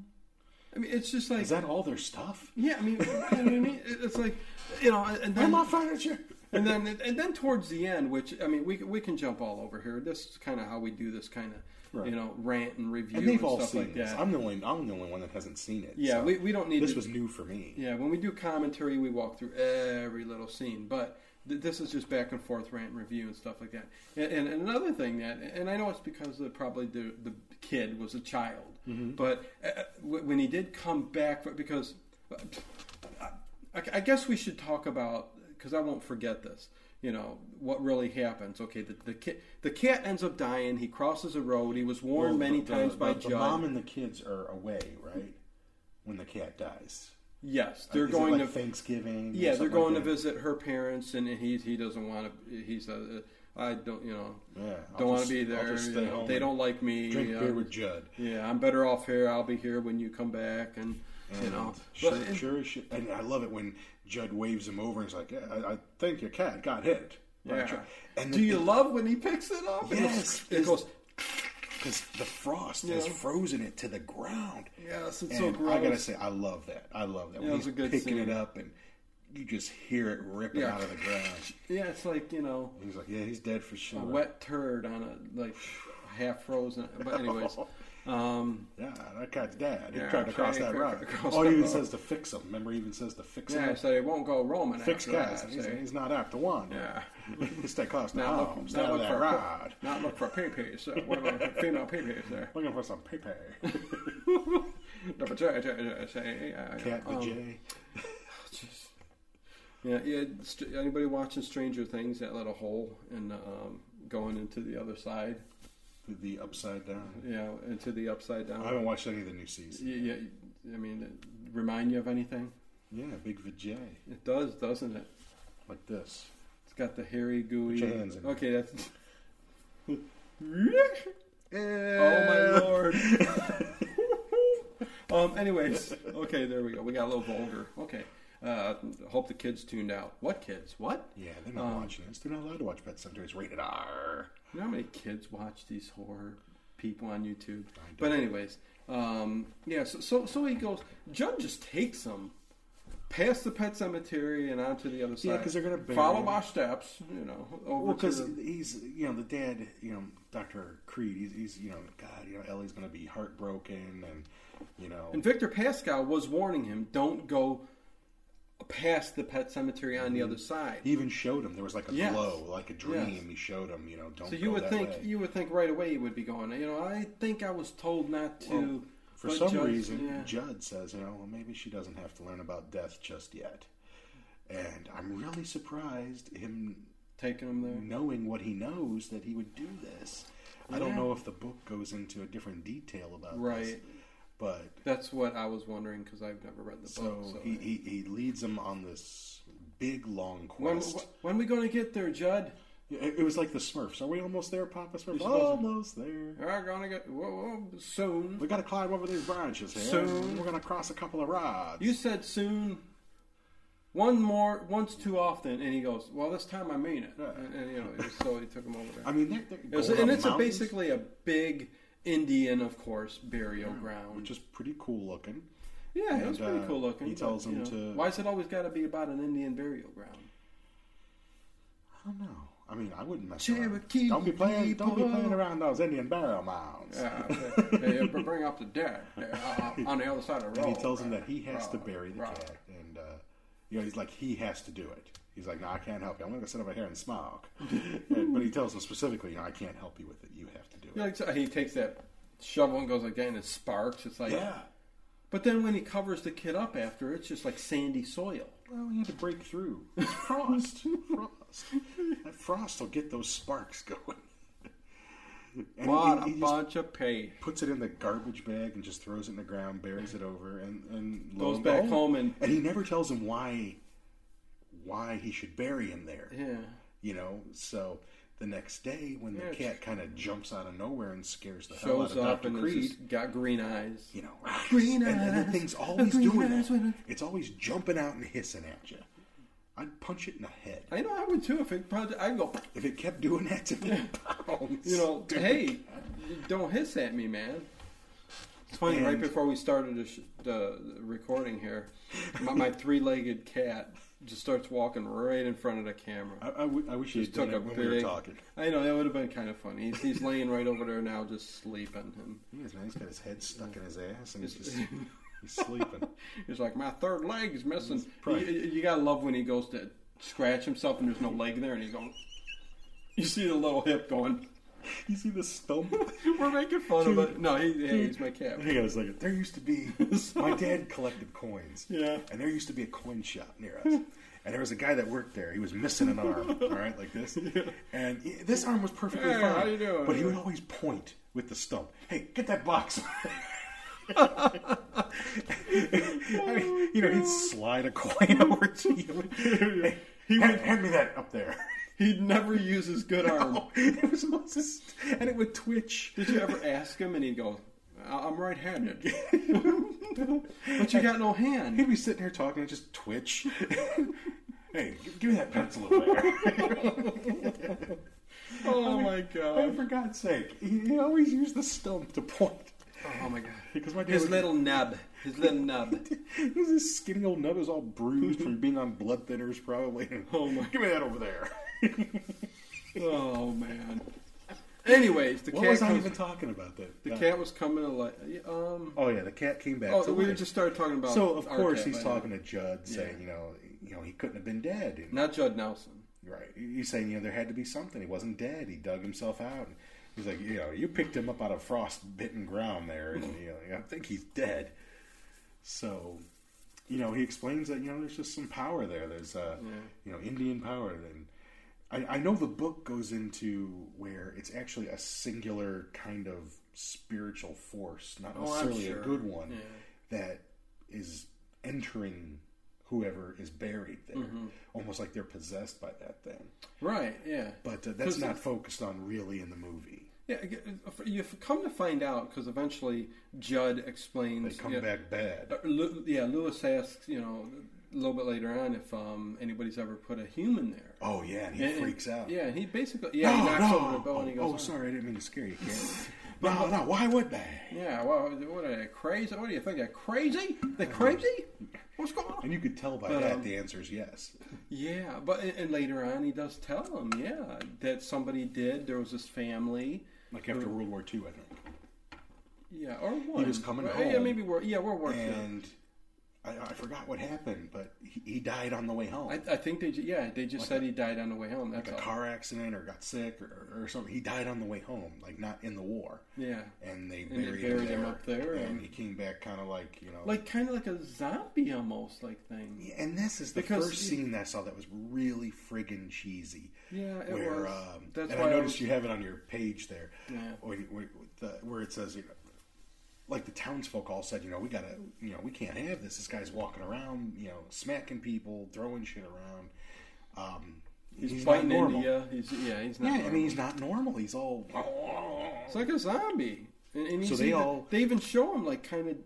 D: I mean, it's just like
E: Is that all their stuff?
D: yeah, I mean, you know what I mean? It- It's like, you know, and then
E: furniture.
D: and then and then towards the end, which I mean, we we can jump all over here. This is kind of how we do this kind of
E: Right.
D: you know rant and review
E: And
D: and,
E: they've all
D: stuff
E: seen
D: like
E: this.
D: that.
E: I'm the only. I'm the only one that hasn't seen it.
D: yeah,
E: so
D: we, we don't need
E: this
D: to,
E: was new for me.
D: yeah. When we do commentary, we walk through every little scene, but. th- This is just back and forth rant and review and stuff like that. And, and another thing that, and I know it's because of probably the, the kid was a child,
E: Mm-hmm.
D: but uh, w- when he did come back, because I, I guess we should talk about because I won't forget this. You know what really happens? Okay, the the cat the cat ends up dying. He crosses a road. He was warned many
E: The-
D: times
E: the-
D: by
E: the
D: Judd.
E: mom and the kids are away, right? When the cat dies,
D: yes, they're
E: Uh, Is it
D: going
E: like
D: to
E: Thanksgiving. or
D: yeah, they're
E: something
D: going
E: like
D: to
E: that?
D: visit her parents, and he he doesn't want to. He's uh, I don't you know
E: Yeah, I'll
D: don't want to
E: just-
D: be
E: I'll
D: there.
E: just
D: you
E: stay
D: know,
E: home
D: they
E: and
D: don't like me.
E: Drink
D: uh,
E: beer with Judd.
D: yeah, I'm better off here. I'll be here when you come back, and, you know.
E: sure,
D: But-
E: sure, as shit- And I love it when Judd waves him over and he's like, "Yeah, I, I think your cat got hit."
D: yeah.
E: And
D: do
E: the-
D: you
E: it-
D: love when he picks it up? It goes-
E: Yes,
D: it goes.
E: because the frost has
D: Yeah.
E: frozen it to the ground.
D: Yes, it's so
E: and I
D: gross.
E: gotta say, I love that. I love that.
D: it
E: when
D: was
E: he's
D: a good
E: picking
D: scene.
E: it up and you just hear it ripping
D: Yeah.
E: out of the ground.
D: Yeah, it's like you know.
E: He's like, yeah, he's dead for sure.
D: a wet turd on a like half frozen. But anyways,
E: Oh,
D: um,
E: Yeah, that cat's dead. He
D: Yeah,
E: tried to cross
D: trying
E: that
D: to
E: road.
D: cross
E: Oh,
D: that
E: he even
D: road.
E: says to fix him. Remember, he even says to fix him.
D: yeah, so it won't go Roman.
E: fix
D: after
E: guys.
D: That,
E: He's,
D: so.
E: he's not after one.
D: Yeah.
E: Stay close to
D: Not look,
E: home. Stay
D: not
E: on
D: look
E: that
D: for a poo-
E: rod.
D: Not look for peepees. So what about female peepees there?
E: Looking for some pepe.
D: No, but, uh, uh, uh, say, uh,
E: Cat the
D: um,
E: J.
D: Yeah, yeah. St- anybody watching Stranger Things? That little hole and um, going into the other side.
E: The, the upside down.
D: Yeah, into the upside
E: I
D: down.
E: haven't watched any of the new season.
D: Yeah, yeah. I mean, it remind you of anything?
E: Yeah, big vajay.
D: It does, doesn't it?
E: Like this.
D: It's got the hairy, gooey.
E: your hands in.
D: okay, that's.
E: Oh
D: Oh
E: Uh,
D: my lord. um. Anyways, okay, there we go. We got a little vulgar. Okay. Uh, hope the kids tuned out. What kids? What?
E: Yeah, they're not
D: Um,
E: watching this. They're not allowed to watch Pet Cemetery. It's rated R.
D: You know how many kids watch these horror people on YouTube? But anyways, um, yeah. So, so so he goes. Judd just takes him past the pet cemetery and onto the other side.
E: Yeah, 'cause they're gonna bury
D: follow
E: him.
D: my steps. You know, over
E: Well,
D: to
E: because
D: the-
E: he's, you know, the dad, you know, Dr. Creed, he's, he's, you know, God, you know, Ellie's going to be heartbroken and, you know.
D: And Victor Pascal was warning him, don't go past the pet cemetery on the other side.
E: Mm-hmm. He even showed him. There was like a
D: Yes.
E: glow, like a dream.
D: Yes.
E: He showed him, you know, don't
D: So
E: go
D: you would
E: that
D: think
E: way.
D: you would think right away he would be going. You know, I think I was told not to.
E: For
D: but
E: some
D: just-
E: reason,
D: yeah.
E: Judd says, you know, well, maybe she doesn't have to learn about death just yet. And I'm really surprised him
D: taking him there.
E: knowing what he knows that he would do this. I don't know if the book goes into a different detail about this.
D: Right.
E: But
D: That's what I was wondering because I've never read the
E: so,
D: book. So
E: he,
D: I-
E: he he leads them on this big long
D: when,
E: quest.
D: when we going to get there, Judd?
E: It, it was like the Smurfs. Are we almost there, Papa Smurf?
D: supposed to-
E: Almost there.
D: We're going to get whoa, whoa, soon.
E: We gotta climb over these branches here.
D: Soon.
E: We're gonna cross a couple of rods.
D: You said soon. One more, once too often, and he goes, "Well, this time I mean it."
E: Yeah.
D: And, and, you know, it was- so he took him over there.
E: I mean, they're, they're
D: It was-
E: going
D: and
E: up
D: it's a
E: mountains,
D: basically a big Indian, of course, burial ground.
E: which is pretty cool looking.
D: yeah, it was
E: and,
D: pretty
E: uh,
D: cool looking.
E: he
D: but,
E: tells
D: you
E: him
D: know,
E: to-
D: Why is it always got to be about an Indian burial ground?
E: I don't know. I mean, I wouldn't mess
D: Cherokee
E: around. Don't be playing. Don't be
D: people.
E: playing around those Indian barrel mounds.
D: Yeah, okay. Yeah, yeah, but bring up the dead uh, uh, on the other side of the road.
E: and he tells him
D: right,
E: that he has to
D: right,
E: bury the
D: right.
E: cat, and uh, you know he's like he has to do it. He's like, no, I can't help you. I'm gonna sit over here and smoke. and, but he tells him specifically, you know, I can't help you with it. You have to do
D: Yeah,
E: it.
D: like, so he takes that shovel and goes again. It sparks. It's like,
E: Yeah.
D: But then when he covers the kid up after, it's just like sandy soil.
E: Well, he had to break through. It's frost. frost. That frost will get those sparks going. And he-
D: What
E: he
D: a
E: just
D: bunch of pay.
E: puts it in the garbage bag and just throws it in the ground, buries it over, and and lo
D: Goes
E: and
D: back
E: behold-
D: home and-
E: and he never tells him why why he should bury him there.
D: Yeah.
E: You know, so the next day when the
D: Yeah,
E: cat kind of jumps out of nowhere and scares the hell out
D: Shows
E: of
D: up
E: Doctor
D: and
E: Creed,
D: it's just got green eyes.
E: you know,
D: Green
E: and, and
D: eyes,
E: the thing's always
D: green
E: doing
D: eyes when
E: that.
D: I-
E: It's always jumping out and hissing at you. I'd punch it in the head
D: I know I would too if it probably, I'd go,
E: if it kept doing that to me. Pounds.
D: you know,
E: Dude.
D: hey, don't hiss at me, man. It's funny, right
E: And-
D: before we started the, sh- the the recording here, my, my three legged cat just starts walking right in front of the camera.
E: I, I, w- I wish you had
D: Just
E: done
D: took a
E: it when
D: big,
E: we were talking.
D: I know that would have been kind of funny. He's, he's laying right over there now, just sleeping, and
E: He is, man. He's got his head stuck in his ass and he's just he's sleeping.
D: he's like, "My third leg is missing." You,
E: probably-
D: you gotta love when he goes to scratch himself and there's no leg there, and he's going. You see the little hip going.
E: You see the stump?
D: We're making fun of it. No, he, yeah, he's my cat.
E: Hang on a second. There used to be my dad collected coins.
D: Yeah.
E: And there used to be a coin shop near us. And there was a guy that worked there. He was missing an arm, all right, like this. And he- this arm was perfectly
D: Hey,
E: fine.
D: how you doing?
E: But he would always point with the stump. Hey, get that box.
D: Oh,
E: I mean, you know, he'd slide a coin over to you. Hey, hand, hand me that up there.
D: He never uses good arm.
E: it was always just, and it would twitch.
D: Um, Did you ever ask him? And he'd go, "I- "I'm right-handed." but you got no hand.
E: He'd be sitting here talking and just twitch. hey, g- give me that pencil over there.
D: Oh my
E: I,
D: god.
E: for God's sake, he, he always used the stump to point.
D: Oh my god.
E: Because my dad
D: His
E: would-
D: little nub. His little nub.
E: he was this skinny old nut who was all bruised from being on blood thinners, probably.
D: Oh my-
E: Give me that over there.
D: Oh man. Anyways, the
E: What
D: cat
E: was I
D: comes,
E: even talking about? That
D: the
E: that-
D: cat was coming to life. Um.
E: Oh yeah, the cat came back.
D: Oh,
E: to
D: we
E: life.
D: just started talking about.
E: So of
D: our
E: course
D: cat
E: he's
D: by
E: talking to Judd, saying
D: Yeah.
E: you know, you know, he couldn't have been dead. And-
D: now. Not Judd Nelson.
E: Right. He's saying, you know, there had to be something. He wasn't dead. He dug himself out. And he's like, you know, you picked him up out of frost bitten ground there, and you know, I think he's dead. So, you know, he explains that you know there's just some power there. There's uh, you know, Indian power. And I, I know the book goes into where it's actually a singular kind of spiritual force, not
D: Oh, I'm
E: necessarily
D: sure.
E: a good one,
D: Yeah.
E: that is entering whoever is buried there,
D: Mm-hmm.
E: almost like they're possessed by that thing.
D: Right. Yeah.
E: But uh,
D: Because
E: that's not focused on really in the movie.
D: Yeah. uh, You come to find out because eventually Judd explains.
E: They come
D: yeah,
E: back bad.
D: Uh, Lew- yeah, Lewis asks, you know, a little bit later on if um, anybody's ever put a human there.
E: Oh yeah, and he
D: And- and-
E: freaks out.
D: Yeah, and he basically yeah he
E: No,
D: knocks over the
E: no.
D: bell and
E: Oh,
D: he goes.
E: oh,
D: "Oh,
E: sorry, I didn't mean to scare you, kid. no, no. Why would they?
D: Yeah, well, what are they crazy? What do you think? They're crazy? They're crazy? What's going on?
E: And you could tell by
D: But,
E: that
D: um,
E: the answer is yes.
D: Yeah, but and and later on he does tell him, yeah, that somebody did. There was this family.
E: Like after World War II, I think.
D: Yeah, or one.
E: was coming
D: Well, Yeah,
E: home,
D: maybe we're yeah we're working.
E: And I, I forgot what happened, but he, he died on the way home.
D: I, I think they ju- yeah they just said he died on the way home. That's
E: like a
D: all.
E: car accident or got sick or, or something. He died on the way home, like not in the war.
D: Yeah,
E: And they
D: they
E: buried,
D: buried
E: him,
D: him
E: there,
D: up there,
E: And,
D: and-
E: he came back kind of like, you know.
D: like kind of like a zombie almost like thing.
E: and this is the
D: because
E: first
D: it-
E: scene that I saw that was really friggin' cheesy.
D: Yeah, it
E: where,
D: was.
E: Um,
D: That's
E: and
D: why
E: I
D: I
E: noticed
D: was-
E: you have it on your page there,
D: Yeah.
E: where, you- where, with the, where it says you know, like the townsfolk all said, you know, we gotta, you know, we can't have this. This guy's walking around, you know, smacking people, throwing shit around. Um,
D: He's,
E: he's not
D: fighting
E: normal.
D: India. He's, yeah, he's not.
E: Yeah, I
D: normal.
E: mean, he's not normal. He's all.
D: It's like a zombie. And, and you
E: So
D: see
E: they
D: the-
E: all-
D: they even show him like kind of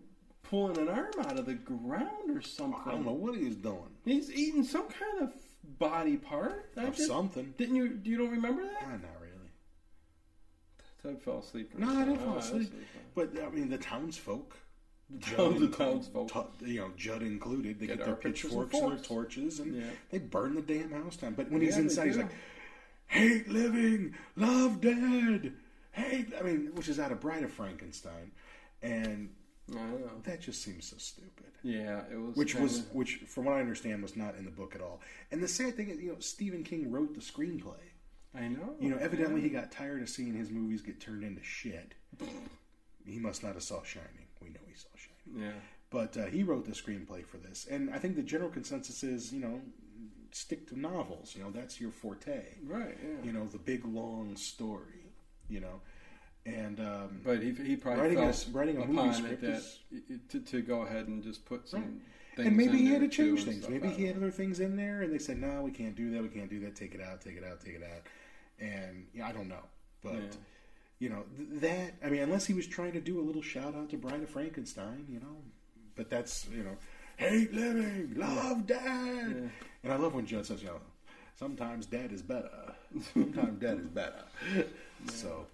D: pulling an arm out of the ground or something.
E: I don't know what he was doing.
D: He's eating some kind of body part. I
E: Of
D: just-
E: something.
D: Didn't you? You don't remember
E: Ah,
D: that?
E: not really.
D: Ted fell asleep.
E: No, I didn't fall
D: Oh,
E: asleep.
D: that's okay.
E: But I mean, the townsfolk,
D: Town- the townsfolk.
E: tu- you know, Judd included, they
D: Get
E: get,
D: our
E: their
D: pictures and
E: pitchforks and their
D: forks.
E: torches, and
D: Yeah.
E: they burn the damn house down. But when he's
D: Yeah, they
E: inside, he's
D: do.
E: like, "Hate living, love dead, hate." I mean, which is out of Bride of Frankenstein, and
D: I know.
E: that just seems so stupid.
D: Yeah, it was.
E: Which
D: kinda-
E: was, which from what I understand, was not in the book at all. And the sad thing is, you know, Stephen King wrote the screenplay.
D: I know.
E: You know, evidently he got tired of seeing his movies get turned into shit. he must not have saw Shining. We know he saw Shining.
D: Yeah.
E: But uh, he wrote the screenplay for this, and I think the general consensus is, you know, stick to novels. You know, that's your forte.
D: Right. Yeah.
E: You know, the big long story. You know, and um,
D: But he, he probably
E: Writing a-
D: felt
E: writing a movie
D: upon
E: script
D: it that
E: is-
D: it- to, to go ahead and just put some things.
E: and maybe
D: in
E: he had
D: there
E: to
D: too
E: change
D: and
E: things.
D: stuff.
E: Maybe
D: I
E: he had
D: don't
E: other things in there, and they said, "No, we can't do that. We can't do that. Take it out. Take it out. Take it out." And yeah, I don't know, but
D: Yeah.
E: you know th- that. I mean, unless he was trying to do a little shout out to Bride of Frankenstein, you know. But that's you know, hate living, love dead, and I love when Judd says, "You know, sometimes dead is better. Sometimes dead is better." So
D: know.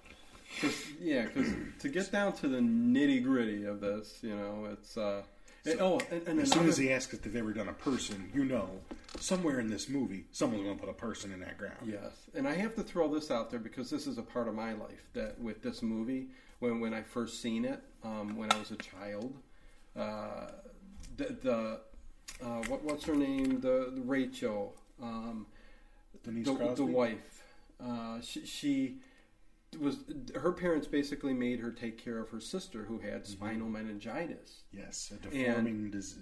D: 'Cause- yeah, because to get down to the nitty gritty of this, you know, it's uh, and- oh, and, and
E: as soon as
D: another-
E: he asks if they've ever done a person, you know, somewhere in this movie, someone's going to put a person in that ground.
D: Yes, and I have to throw this out there because this is a part of my life that with this movie, when when I first seen it, um, when I was a child, uh, the, the uh, what what's her name, the, the Rachel, um,
E: Denise
D: the, the
E: Crosby?
D: wife, uh, she, she was her parents basically made her take care of her sister who had spinal meningitis.
E: Yes, a deforming disease.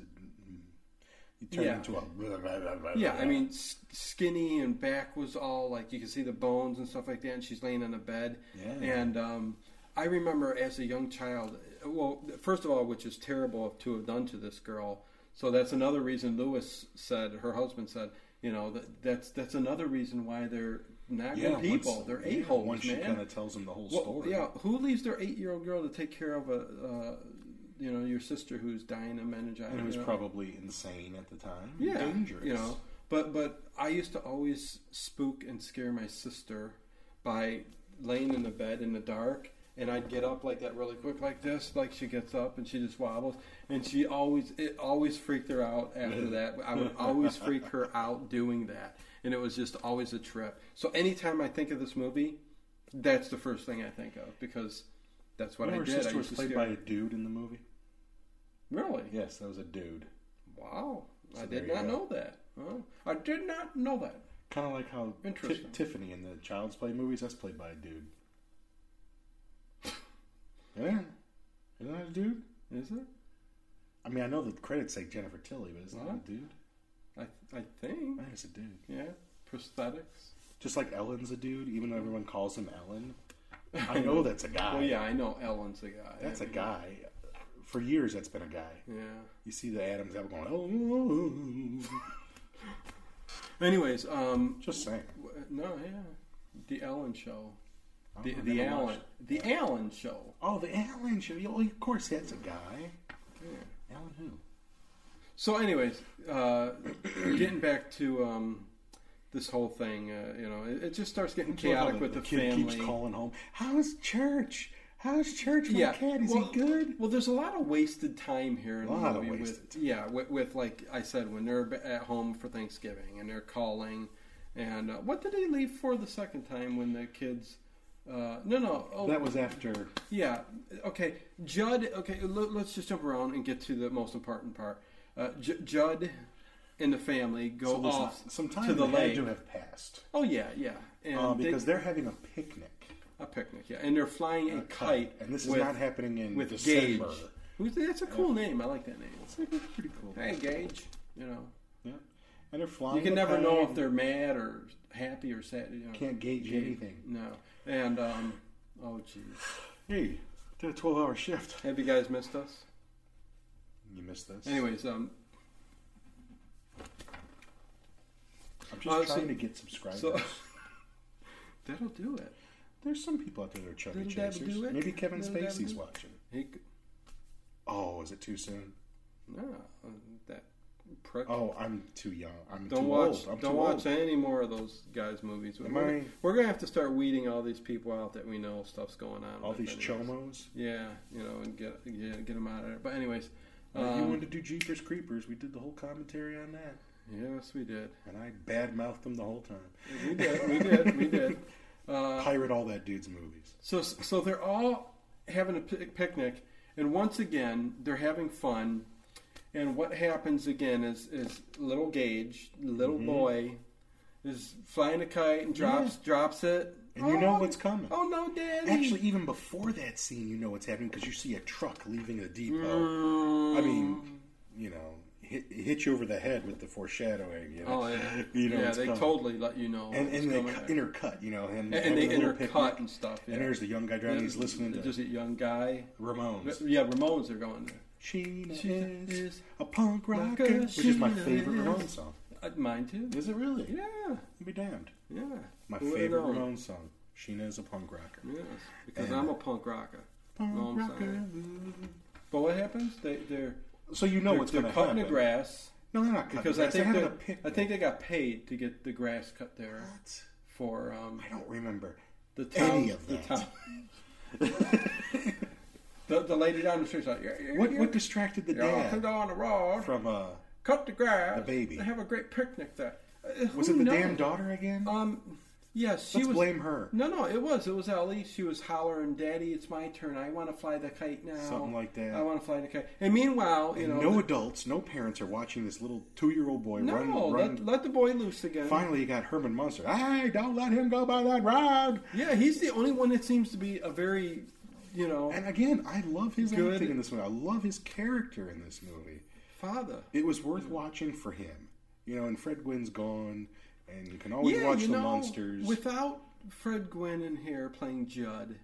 E: You turn
D: Yeah.
E: into a. blah, blah, blah, blah,
D: Yeah,
E: blah.
D: I mean, s- skinny and back was all like you can see the bones and stuff like that. And she's laying on the bed.
E: Yeah.
D: And um, I remember as a young child, uh, well, first of all, which is terrible to have done to this girl. So that's another reason Lewis said, her husband said, you know, that, that's that's another reason why they're not
E: yeah,
D: good people.
E: once-
D: they're
E: yeah,
D: a holes,
E: Once
D: man.
E: she kind of tells him the whole
D: Well,
E: story.
D: Yeah, who leaves their eight-year-old girl to take care of a, uh, you know, your sister who's dying of meningitis?
E: And it was
D: you know?
E: probably insane at the time.
D: yeah,
E: Dangerous.
D: You know, but but I used to always spook and scare my sister by laying in the bed in the dark, and I'd get up like that really quick, like this, like she gets up and she just wobbles, and she always it always freaked her out after that. I would always freak her out doing that, and it was just always a trip. So anytime I think of this movie, that's the first thing I think of because. That's what
E: Remember
D: I
E: her
D: did. I
E: sister
D: used
E: was
D: to
E: played
D: scare
E: by
D: her.
E: a dude in the movie?
D: Really?
E: Yes, that was a dude.
D: Wow. I
E: there
D: did
E: you
D: not
E: go.
D: know that. Oh, I did not know that.
E: Kind of like how Ti
D: Interesting.
E: Tiffany in the Child's Play movies, that's played by a dude. Yeah. Isn't that a dude?
D: Is it?
E: I mean, I know the credits say Jennifer Tilly, but isn't
D: Huh?
E: that a dude?
D: I I think.
E: I think it's a dude.
D: Yeah. Prosthetics.
E: Just like Ellen's a dude, even though everyone calls him Ellen. I know that's a guy.
D: Well, yeah, I know Ellen's a guy.
E: That's a guy. For years, that's been a guy.
D: Yeah.
E: You see the Adams apple going, oh,
D: Anyways, um,
E: just saying.
D: w- no, yeah, the Ellen Show, the
E: Oh, I
D: the
E: never
D: Allen,
E: watched.
D: the Allen Show.
E: Oh, the Allen show. Oh, of course, that's a guy. Allen who?
D: So, anyways, uh, getting back to um, this whole thing, uh, you know, it, it just starts getting chaotic with the,
E: kid
D: family.
E: keeps calling home. How's church? How's church? My cat, is
D: well,
E: he good?
D: Well, there's a lot of wasted time here in
E: A lot
D: the
E: of
D: movie with
E: wasted time.
D: yeah, with, with like I said, when they're b- at home for Thanksgiving and they're calling, and uh, what did he leave for the second time when the kids? Uh, no, no, oh,
E: That was after.
D: yeah, okay, Judd. Okay, l- let's just jump around and get to the most important part. Uh, J- Judd and the family go
E: So listen,
D: off
E: oh, some time
D: to the
E: had
D: lake.
E: to have passed
D: Oh yeah, yeah, and
E: uh,
D: they-
E: because they, are having a picnic.
D: a picnic, yeah, and they're flying a, kite,
E: and this is
D: with-
E: not happening in
D: with
E: December.
D: Gage. Who's that's a cool name. I like that name.
E: It's like, that's pretty cool.
D: Hey, Gage. You know,
E: Yeah. And they're flying.
D: you can
E: the
D: never know
E: kite.
D: if they're mad or happy or sad. You know.
E: Can't gauge anything.
D: No, and um, oh jeez,
E: Hey, Did a twelve-hour shift.
D: Have you guys missed us?
E: You missed this.
D: Anyways, um,
E: I'm just
D: uh, so-
E: trying to get subscribers.
D: so that'll do it.
E: There's some people out there that are chubby
D: Little dabba
E: chasers.
D: do it.
E: Maybe Kevin
D: Little dabba
E: Spacey's
D: do.
E: watching.
D: He, c-
E: Oh, is it too soon?
D: no, uh, that prick.
E: Oh, I'm too young. I'm
D: don't
E: too
D: watch.
E: old. I'm
D: don't
E: too
D: watch
E: old.
D: any more of those guys' movies. We're,
E: Am
D: gonna-
E: I-
D: we're gonna have to start weeding all these people out that we know stuff's going on.
E: All
D: with
E: these
D: anyways.
E: chomos.
D: Yeah, you know, and get yeah, get them out of there. But anyways,
E: Well, you
D: um,
E: wanted to do Jeepers Creepers. We did the whole commentary on that,
D: yes, we did.
E: and I badmouthed them the whole time.
D: We did. We did. We did. Uh,
E: Pirate all that dude's movies.
D: So, so they're all having a pic- picnic, and once again, they're having fun. And what happens again is, is little Gage, little
E: Mm-hmm.
D: boy, is flying a kite and drops drops it.
E: And you know what's coming.
D: Oh no, Daddy!
E: Actually, even before that scene, you know what's happening because you see a truck leaving the depot.
D: Oh,
E: I
D: Mm.
E: mean, you know, hit, hit you over the head with the foreshadowing. You know,
D: oh yeah,
E: you know
D: yeah.
E: it's
D: They
E: coming.
D: totally let you know.
E: and
D: what's
E: and they
D: coming.
E: cut, intercut. You know, and,
D: and they
E: having a little
D: intercut
E: picnic.
D: and stuff. Yeah.
E: And there's the young guy driving. He's listening to
D: just a young guy.
E: Ramones.
D: Yeah, Ramones are going there.
E: Sheena
D: She
E: is
D: is
E: a punk rocker,
D: rocker,
E: which is my
D: Sheena
E: favorite
D: is.
E: Ramones song.
D: Uh, Mine too.
E: Is it really?
D: Yeah,
E: Be damned.
D: yeah.
E: My
D: Who would've
E: favorite
D: known?
E: Ramones song. Sheena is a punk rocker.
D: Yes, because
E: And-
D: I'm a punk rocker.
E: Punk
D: No, I'm
E: rocker.
D: But what happens? They they're
E: So you know
D: they're,
E: what's
D: they're
E: going to
D: cutting
E: happen.
D: the grass
E: No, they're not cutting
D: because
E: the
D: I
E: grass. They're
D: think
E: having
D: they're-
E: a picnic.
D: I think they got paid to get the grass cut there
E: What?
D: for um,
E: I don't remember.
D: the town.
E: Any of
D: the
E: that.
D: town. the, the lady down the street's like, yeah, yeah,
E: What
D: yeah,
E: what distracted the
D: y'all come
E: dad
D: down the road,
E: from uh
D: cut the grass,
E: the baby.
D: and have a great picnic there. Uh,
E: was
D: who
E: it the
D: knows?
E: damn daughter again?
D: Um, yes, she
E: Let's
D: was.
E: blame her.
D: No, no, it was. It was Ellie. She was hollering, "Daddy, it's my turn. I want to fly the kite now."
E: Something like that.
D: I want to fly the kite. And meanwhile, you know,
E: no
D: the-
E: adults, no parents are watching this little two-year-old boy
D: no,
E: run run.
D: let, let the boy loose again.
E: Finally, you got Herman Munster. Hey, don't let him go by that rod.
D: Yeah, he's the only one that seems to be a very, you know,
E: And again, I love his
D: Good.
E: acting in this movie. I love his character in this movie.
D: father.
E: It was worth watching for him, you know. And Fred Gwynn's gone, and you can always watch the monsters.
D: Without Fred Gwynn in here playing Judd,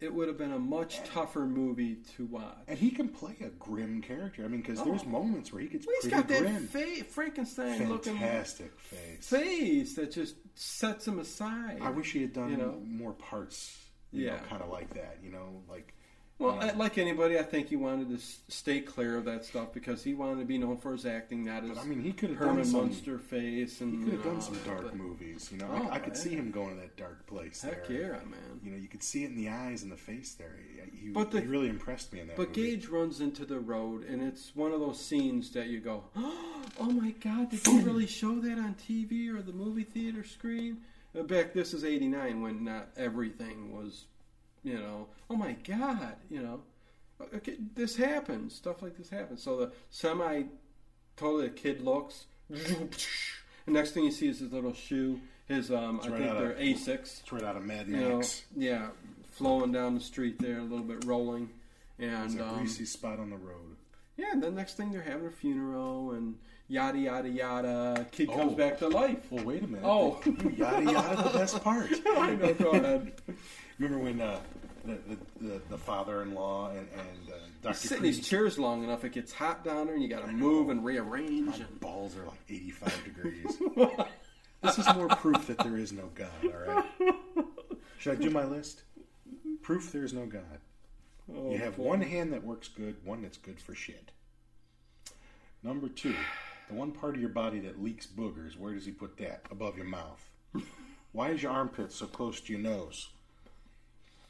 D: it would have been a much tougher movie to watch.
E: And he can play a grim character. I mean, because there's moments where he gets
D: Oh. Well, he's
E: pretty
D: got that
E: grim.
D: fa- Frankenstein looking
E: Fantastic face.
D: face that just sets him aside.
E: I wish he had done
D: You know?
E: more parts. You know,
D: Yeah.
E: kind of like that. You know, like
D: Well, I- like anybody, I think he wanted to s- stay clear of that stuff because he wanted to be known for his acting, not his
E: I mean, he could have done
D: Herman
E: some-
D: Munster face. And
E: he could have
D: you know,
E: done some dark
D: but-
E: movies. You know,
D: Oh,
E: I, I could see
D: man.
E: him going to that dark place.
D: Heck
E: there.
D: yeah, man!
E: You know, you could see it in the eyes and the face there. He- He,
D: But the-
E: he really impressed me in that.
D: But
E: movie.
D: Gage runs into the road, and it's one of those scenes that you go, "Oh my God! Did they really show that on TV or the movie theater screen?" Uh, Back this is '89 when not everything was, you know. Oh my God! You know, Uh, okay, this happens. Stuff like this happens. So the semi, totally the kid looks. And next thing you see is his little shoe. His um, I
E: right
D: think
E: out
D: they're
E: of-
D: Asics
E: it's right out of Mad
D: you know,
E: Max.
D: yeah, flowing down the street there, a little bit rolling, and
E: It's a
D: um,
E: greasy spot on the road.
D: yeah. The next thing they're having a funeral and yada yada yada. Kid comes
E: Oh.
D: back to life.
E: Well, wait a minute.
D: Oh.
E: You yada yada the best part.
D: I know, go ahead.
E: Remember when uh, the, the, the, the father-in-law and, and uh, Dr.
D: Sit in these
E: Creed,
D: chairs long enough, it gets hot down there, and you got to move and rearrange.
E: my
D: And
E: balls are like 85 degrees. this is more proof that there is no God, all right? Should I do my list? Proof there is no God.
D: oh,
E: you have
D: boy.
E: one hand that works good, one that's good for shit. Number two, the one part of your body that leaks boogers, where does he put that? Above your mouth. Why is your armpit so close to your nose?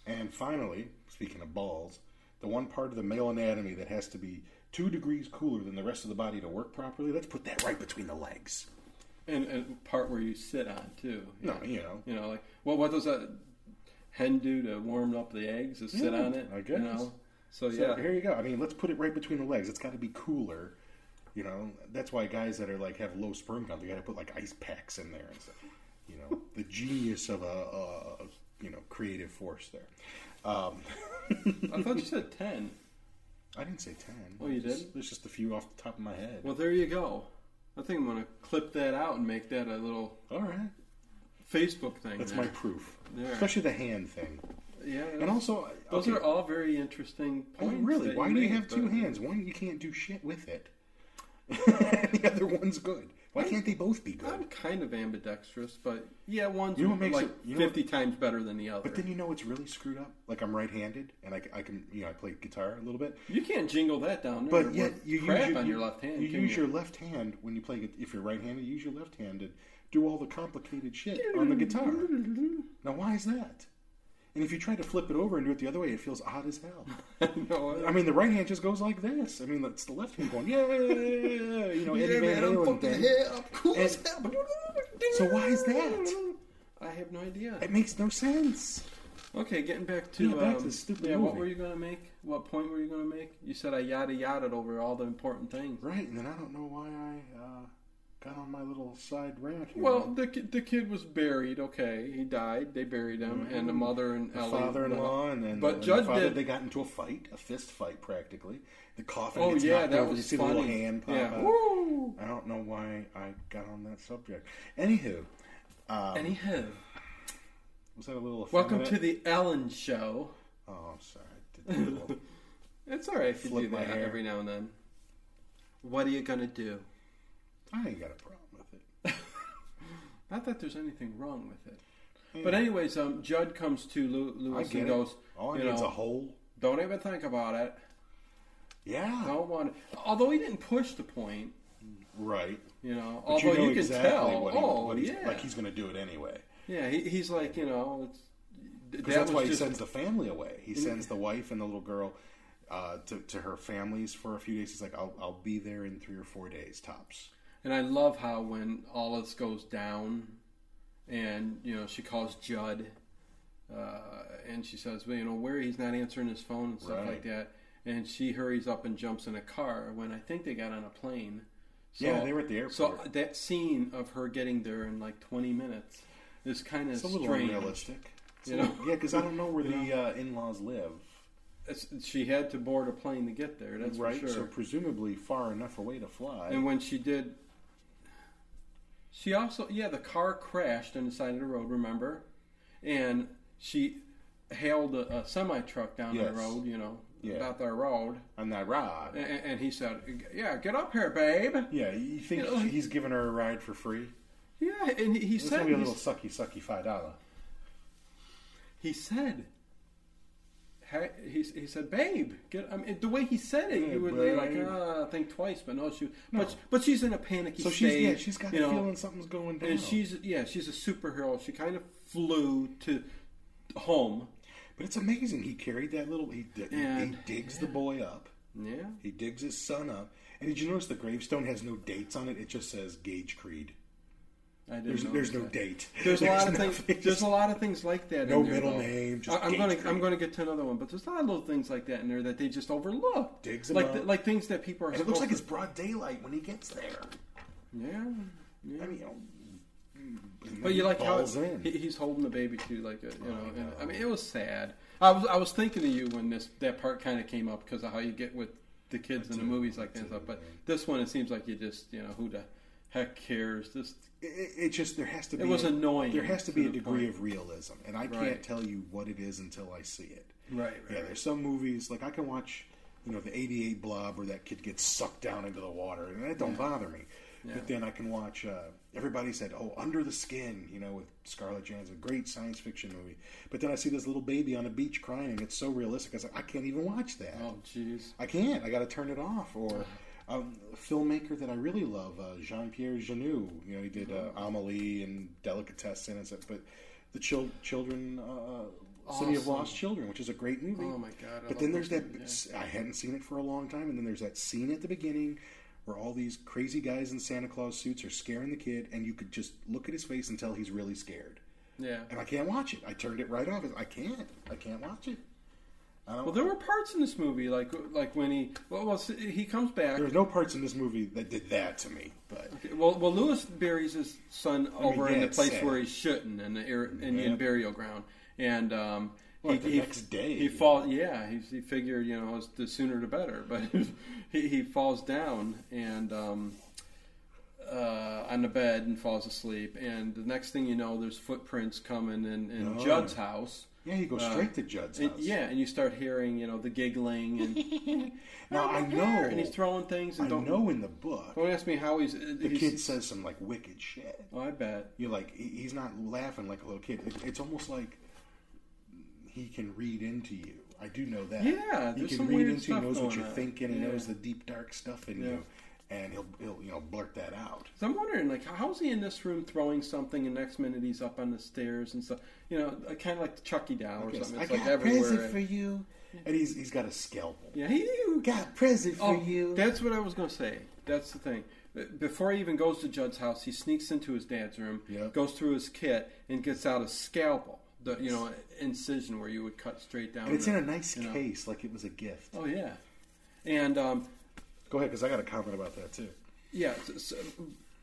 E: And finally, speaking of balls, the one part of the male anatomy that has to be two degrees cooler than the rest of the body to work properly, let's put that right between the legs.
D: and, and part where you sit on too.
E: No, you know.
D: You know, like well, what does a hen do to warm up the eggs? Is sit
E: Yeah,
D: on it?
E: I
D: You
E: guess.
D: know? So,
E: So
D: yeah,
E: here you go. I mean, let's put it right between the legs. It's got to be cooler. You know, that's why guys that are like have low sperm count, they got to put like ice packs in there and stuff. You know, the genius of a, a you know creative force there. Um,
D: I thought you said ten.
E: I didn't say ten.
D: Oh, you
E: There's-
D: didn't?
E: There's just a few off the top of my head.
D: Well, there you go. I think I'm gonna clip that out and make that a little
E: All right,
D: Facebook thing.
E: that's
D: there.
E: my proof.
D: There.
E: Especially the hand thing.
D: yeah.
E: And also,
D: those
E: okay,
D: are all very interesting
E: I mean,
D: points.
E: really,
D: that
E: why do you
D: made,
E: have two
D: but-
E: hands? One you can't do shit with it. the other one's good. Why can't they both be
D: I'm
E: good?
D: kind of ambidextrous, but yeah, one's
E: You know what makes
D: like
E: it- you know what-
D: fifty times better than the other.
E: But then you know it's really screwed up. Like I'm right-handed, and I, c- I can you know I play guitar a little bit.
D: you can't jingle that down. There
E: But yet you
D: crap
E: use your,
D: on
E: you-
D: your left hand.
E: You
D: can
E: use
D: you?
E: your left hand when you play. gu- If you're right-handed, you use your left hand and do all the complicated shit on the guitar. Now, why is that? And if you try to flip it over and do it the other way, it feels odd as hell.
D: no,
E: I mean, the right hand just goes like this. I mean, it's the left hand going, yeah, you know, Eddie Van Halen thing.
D: cool
E: as
D: hell.
E: So why is that?
D: I have no idea.
E: It makes no sense.
D: Okay, getting back to
E: Yeah, back
D: um,
E: to the stupid
D: yeah, what
E: movie.
D: were you going to make? What point were you going to make? You said I yada yada over all the important things.
E: Right, and then I don't know why I uh, got on my little side rant here.
D: Well, the ki- the kid was buried. Okay, he died. They buried him, and the mother and
E: the
D: Ellie-
E: father-in-law and then
D: But
E: the,
D: Judd
E: the father,
D: did-
E: they got into a fight, a fist fight practically. The coffin
D: Oh
E: gets
D: yeah,
E: knocked
D: that
E: over.
D: was
E: you see
D: funny.
E: the little hand pop
D: yeah.
E: out.
D: Woo!
E: I don't know why I got on that subject. Anywho,
D: Anyhow,
E: was that a little
D: welcome to
E: effeminate?
D: the Ellen Show.
E: Oh, I'm sorry. I did that a little-
D: It's all right if you
E: Flip
D: do
E: my
D: that
E: hair.
D: every now and then. What are you gonna do?
E: I ain't got a problem with it.
D: Not that there's anything wrong with it. But anyways, um, Judd comes to Lew-
E: I
D: Lewis
E: get
D: and
E: it.
D: goes,
E: All I
D: you
E: need is
D: know,
E: a hole.
D: don't even think about it.
E: Yeah.
D: Don't want it. Although he didn't push the point,
E: Right.
D: you know.
E: But
D: although you, can
E: exactly
D: tell.
E: what he-
D: oh,
E: what he's,
D: yeah.
E: Like he's going to do it anyway.
D: yeah, he, he's like, you know, it's, that
E: Because that's
D: was
E: why he
D: just-
E: sends the family away. He sends the wife and the little girl uh, to, to her families for a few days. He's like, I'll, I'll be there in three or four days, tops.
D: And I love how when all this goes down, and you know she calls Judd, uh, and she says, well, you know, where he's not answering his phone and stuff
E: Right.
D: like that, and she hurries up and jumps in a car when I think they got on a plane. So,
E: Yeah, they were at the
D: So
E: airport.
D: that scene of her getting there in like 20 minutes is kind of
E: It's a little
D: strange.
E: unrealistic. It's a
D: You
E: little-
D: know?
E: yeah, because I don't know where the uh, in laws live.
D: It's- she had to board a plane to get there. That's
E: Right?
D: for sure.
E: So presumably far enough away to fly.
D: And when she did, she also yeah the car crashed on the side of the road. Remember, and she hailed a, a semi truck down
E: Yes.
D: the road. You know
E: Yeah.
D: about the road,
E: on that ride.
D: and, and he said, "Yeah, get up here, babe."
E: yeah, you think
D: You know,
E: he's giving her a ride for free?
D: Yeah, and he, he
E: It's going
D: said
E: to be a
D: he's-
E: little sucky, sucky $5. dollar.
D: he said. "Hey," He, he said, "Babe, get." I mean, the way he said it,
E: Yeah,
D: you would like
E: babe.
D: ah, think twice, but no, she.
E: No.
D: But but she's in a panicky
E: So
D: stage.
E: she's, yeah, she's got
D: you
E: the
D: know,
E: feeling something's going down.
D: And she's yeah, she's a superhero. She kind of flew to home.
E: But it's amazing. He carried that little. He, di-
D: And-
E: he digs the boy up.
D: Yeah.
E: He digs his son up. And did you notice the gravestone has no dates on it? It just says Gage Creed.
D: I didn't
E: There's,
D: know
E: there's
D: that.
E: no date.
D: There's a lot of things.
E: nothing.
D: There's a lot of things like that.
E: No
D: in there,
E: middle
D: though.
E: name, just
D: I- I'm gonna
E: Gage
D: I'm
E: Creed.
D: gonna get to another one, but there's a lot of little things like that in there that they just overlook.
E: Digs 'em
D: like
E: up.
D: th- like things that people are.
E: And it looks like it's
D: supposed
E: broad daylight when he gets there.
D: to- yeah.
E: I mean, you know, and
D: But
E: then
D: you like how
E: balls in.
D: he- he's holding the baby too, like a, you know. And, I mean, it was sad. I was I was thinking of you when this that part kind of came up because of how you get with the kids in the movies like that and stuff. But this one, it seems like you just you know who the heck cares? This
E: It- it, it just there has to be.
D: was
E: a-
D: annoying
E: There has to
D: to
E: be a
D: the
E: degree
D: point.
E: of realism, and I
D: Right.
E: can't tell you what it is until I see it.
D: right,
E: Yeah, there's some movies like I can watch, you know, the '88 Blob where that kid gets sucked down into the water, and that don't bother me. But then I can watch. Uh, everybody said, "Oh, Under the Skin," you know, with Scarlett Johansson, great science fiction movie. But then I see this little baby on a beach crying, and it's so realistic. I was like, I can't even watch that.
D: Oh jeez.
E: I can't. I got to turn it off. Or
D: Uh-huh.
E: um, a filmmaker that I really love, uh, Jean Pierre Jeunet. You know, he did uh,
D: Uh-huh.
E: Amelie and Delicatessen and stuff. But the chil- children, uh, City of
D: Awesome.
E: Lost Children, which is a great movie.
D: Oh my God, I
E: but
D: love
E: then there's
D: those
E: that.
D: movies,
E: I hadn't seen it for a long time, and then there's that scene at the beginning. Where all these crazy guys in Santa Claus suits are scaring the kid, and you could just look at his face and tell he's really scared.
D: Yeah.
E: And I can't watch it. I turned it right off. I can't. I can't watch it. I don't.
D: Well, there were parts in this movie like like when he well, well he comes back.
E: There's no parts in this movie that did that to me, but
D: Well, well, Lewis buries his son over
E: yeah,
D: in the
E: it's
D: place
E: sad.
D: where he shouldn't, in the Ar- Indian
E: Yeah.
D: burial ground, and um,
E: Like the next day,
D: he
E: you
D: falls. Yeah, he, he figured you know it's the sooner the better, but he, he falls down and um, uh, on the
E: Oh.
D: bed and falls asleep, and the next thing you know, there's footprints coming in, in Judd's house.
E: Yeah, he goes straight to Judd's
D: And,
E: house.
D: Uh, yeah, and you start hearing, you know, the giggling and,
E: Now I know.
D: and he's throwing things.
E: I
D: And don't,
E: know in the book,
D: don't ask me how he's.
E: the
D: he's-
E: kid says some like wicked shit.
D: Oh, I bet.
E: You're like, he- he's not laughing like a little kid. It, it's almost like he can read into you. I do know that.
D: Yeah,
E: he
D: there's
E: can
D: some
E: read
D: weird
E: into you.
D: stuff
E: Knows what
D: going
E: you're
D: on.
E: thinking. He
D: Yeah.
E: knows the deep dark stuff in
D: Yeah.
E: you, and he'll he'll you know blurt that out.
D: So I'm wondering, like, how's he in this room throwing something, and next minute he's up on the stairs and stuff? You know, kind of like the Chucky doll or
E: Yes,
D: something.
E: I
D: It's like
E: got a present
D: everywhere. and-
E: for you, and he's he's got a scalpel.
D: yeah, he
E: Got a present for
D: Oh,
E: you.
D: That's what I was going to say. That's the thing. Uh, Before he even goes to Judd's house, he sneaks into his dad's room,
E: Yep.
D: goes through his kit, and gets out a scalpel. The you know incision where you would cut straight down.
E: and it's in
D: the-
E: a nice
D: you know.
E: case, like it was a gift.
D: Oh yeah, and um,
E: Go ahead, because I got a comment about that too.
D: Yeah. So, so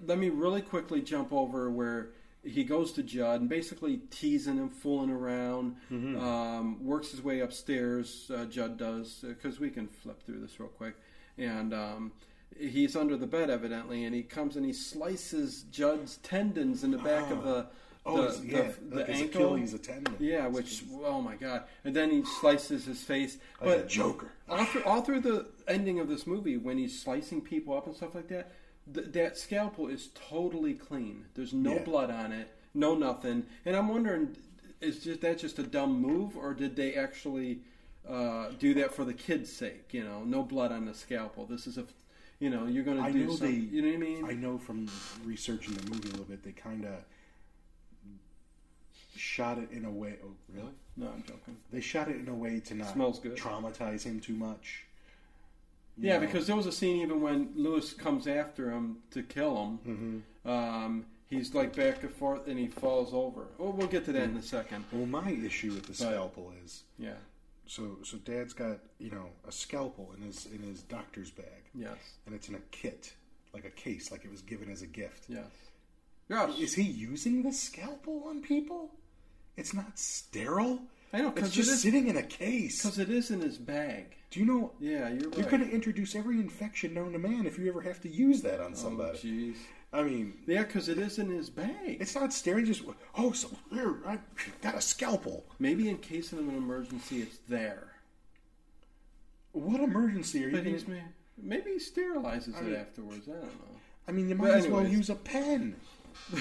D: let me really quickly jump over where he goes to Judd and basically teasing him, fooling around,
E: Mm-hmm.
D: um, works his way upstairs. Uh, Judd does because we can flip through this real quick, and um, he's under the bed evidently, and he comes and he slices Judd's tendons in the back of the.
E: Oh,
D: the,
E: it's-
D: the-
E: yeah,
D: the
E: like his
D: ankle.
E: Achilles tendon.
D: Yeah, which oh my god! And then he slices his face.
E: Like
D: but
E: a Joker.
D: all through, all through the ending of this movie, when he's slicing people up and stuff like that, th- that scalpel is totally clean. There's no
E: Yeah.
D: blood on it, no nothing. And I'm wondering, is just that just a dumb move, or did they actually uh, do that for the kid's sake? You know, no blood on the scalpel. This is a, you know, you're going
E: I
D: to
E: know
D: do
E: they.
D: something. You know what I mean?
E: I know from researching the movie a little bit, they kind of shot it in a way. Oh, really?
D: no, I'm joking.
E: They shot it in a way to not
D: Smells good.
E: traumatize him too much.
D: Yeah, because there was a scene even when Lewis comes after him to kill him.
E: Mm-hmm.
D: Um, he's like back and forth, and he falls over. Well, we'll get to that in a second.
E: Well, my issue with the scalpel is
D: Yeah.
E: so so. Dad's got you know a scalpel in his in his doctor's bag,
D: Yes.
E: and it's in a kit, like a case, like it was given as a gift.
D: Yes. Yes.
E: Is he using the scalpel on people? It's not sterile.
D: I know, 'cause
E: It's
D: it
E: just
D: is-
E: sitting in a case.
D: Because it is in his bag.
E: Do you know?
D: Yeah, you're right.
E: You're going to introduce every infection known to man if you ever have to use that on
D: Oh,
E: somebody.
D: jeez.
E: I mean,
D: Yeah, because it is in his bag.
E: it's not staring. Just oh, so here, I got a scalpel.
D: Maybe in case of an emergency, it's there.
E: What emergency are you?
D: But
E: Gonna,
D: he's ma- maybe he sterilizes it afterwards. I don't know.
E: I mean, you might
D: But
E: as well
D: anyways.
E: use a pen.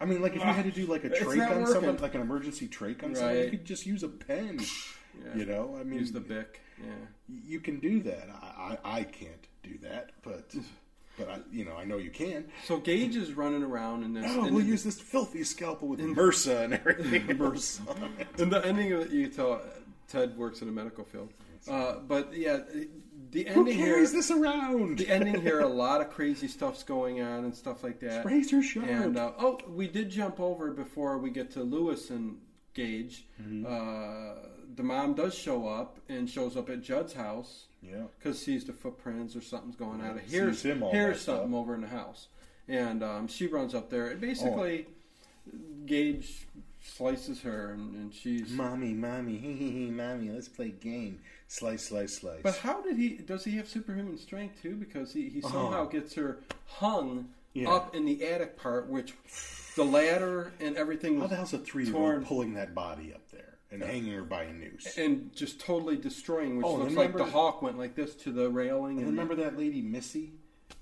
E: I mean, like if you had to do like a
D: It's
E: trach
D: not
E: on someone,
D: working.
E: like an emergency trach on someone, you
D: Right.
E: could just use a pen. You know, I mean,
D: Use the bic. Yeah.
E: you can do that. I, I, I can't do that, but but I, you know, I know you can.
D: So Gage is running around in this.
E: Oh,
D: and
E: we'll use this filthy scalpel with MRSA and everything. MRSA.
D: In the ending of it, you tell Ted works in a medical field. Uh, but yeah, the
E: Who
D: ending here.
E: carries this around?
D: the ending here, a lot of crazy stuff's going on and stuff like that.
E: Razor sharp.
D: And uh, oh, we did jump over before we get to Lewis and Gage.
E: Mm-hmm.
D: Uh, the mom does show up and shows up at Judd's house
E: yeah.
D: because sees the footprints or something's going on.
E: Sees
D: Here's,
E: him all
D: here's
E: messed up. Oh.
D: something over in the house, and um, she runs up there. And basically, Gage slices her, and, and she's.
E: Mommy, mommy, hee hee hee, mommy, let's play game. Slice, slice, slice.
D: But how did he? Does he have superhuman strength too? Because he, he somehow gets her hung
E: Uh-huh. Yeah.
D: up in the attic part, which the ladder and everything
E: How
D: was
E: the hell's a three year
D: torn
E: old pulling that body up there and hanging her by a noose?
D: and just totally destroying, which
E: Oh, and
D: looks like
E: remember
D: the
E: the-
D: hawk went like this to the railing.
E: And
D: And
E: remember that lady, Missy?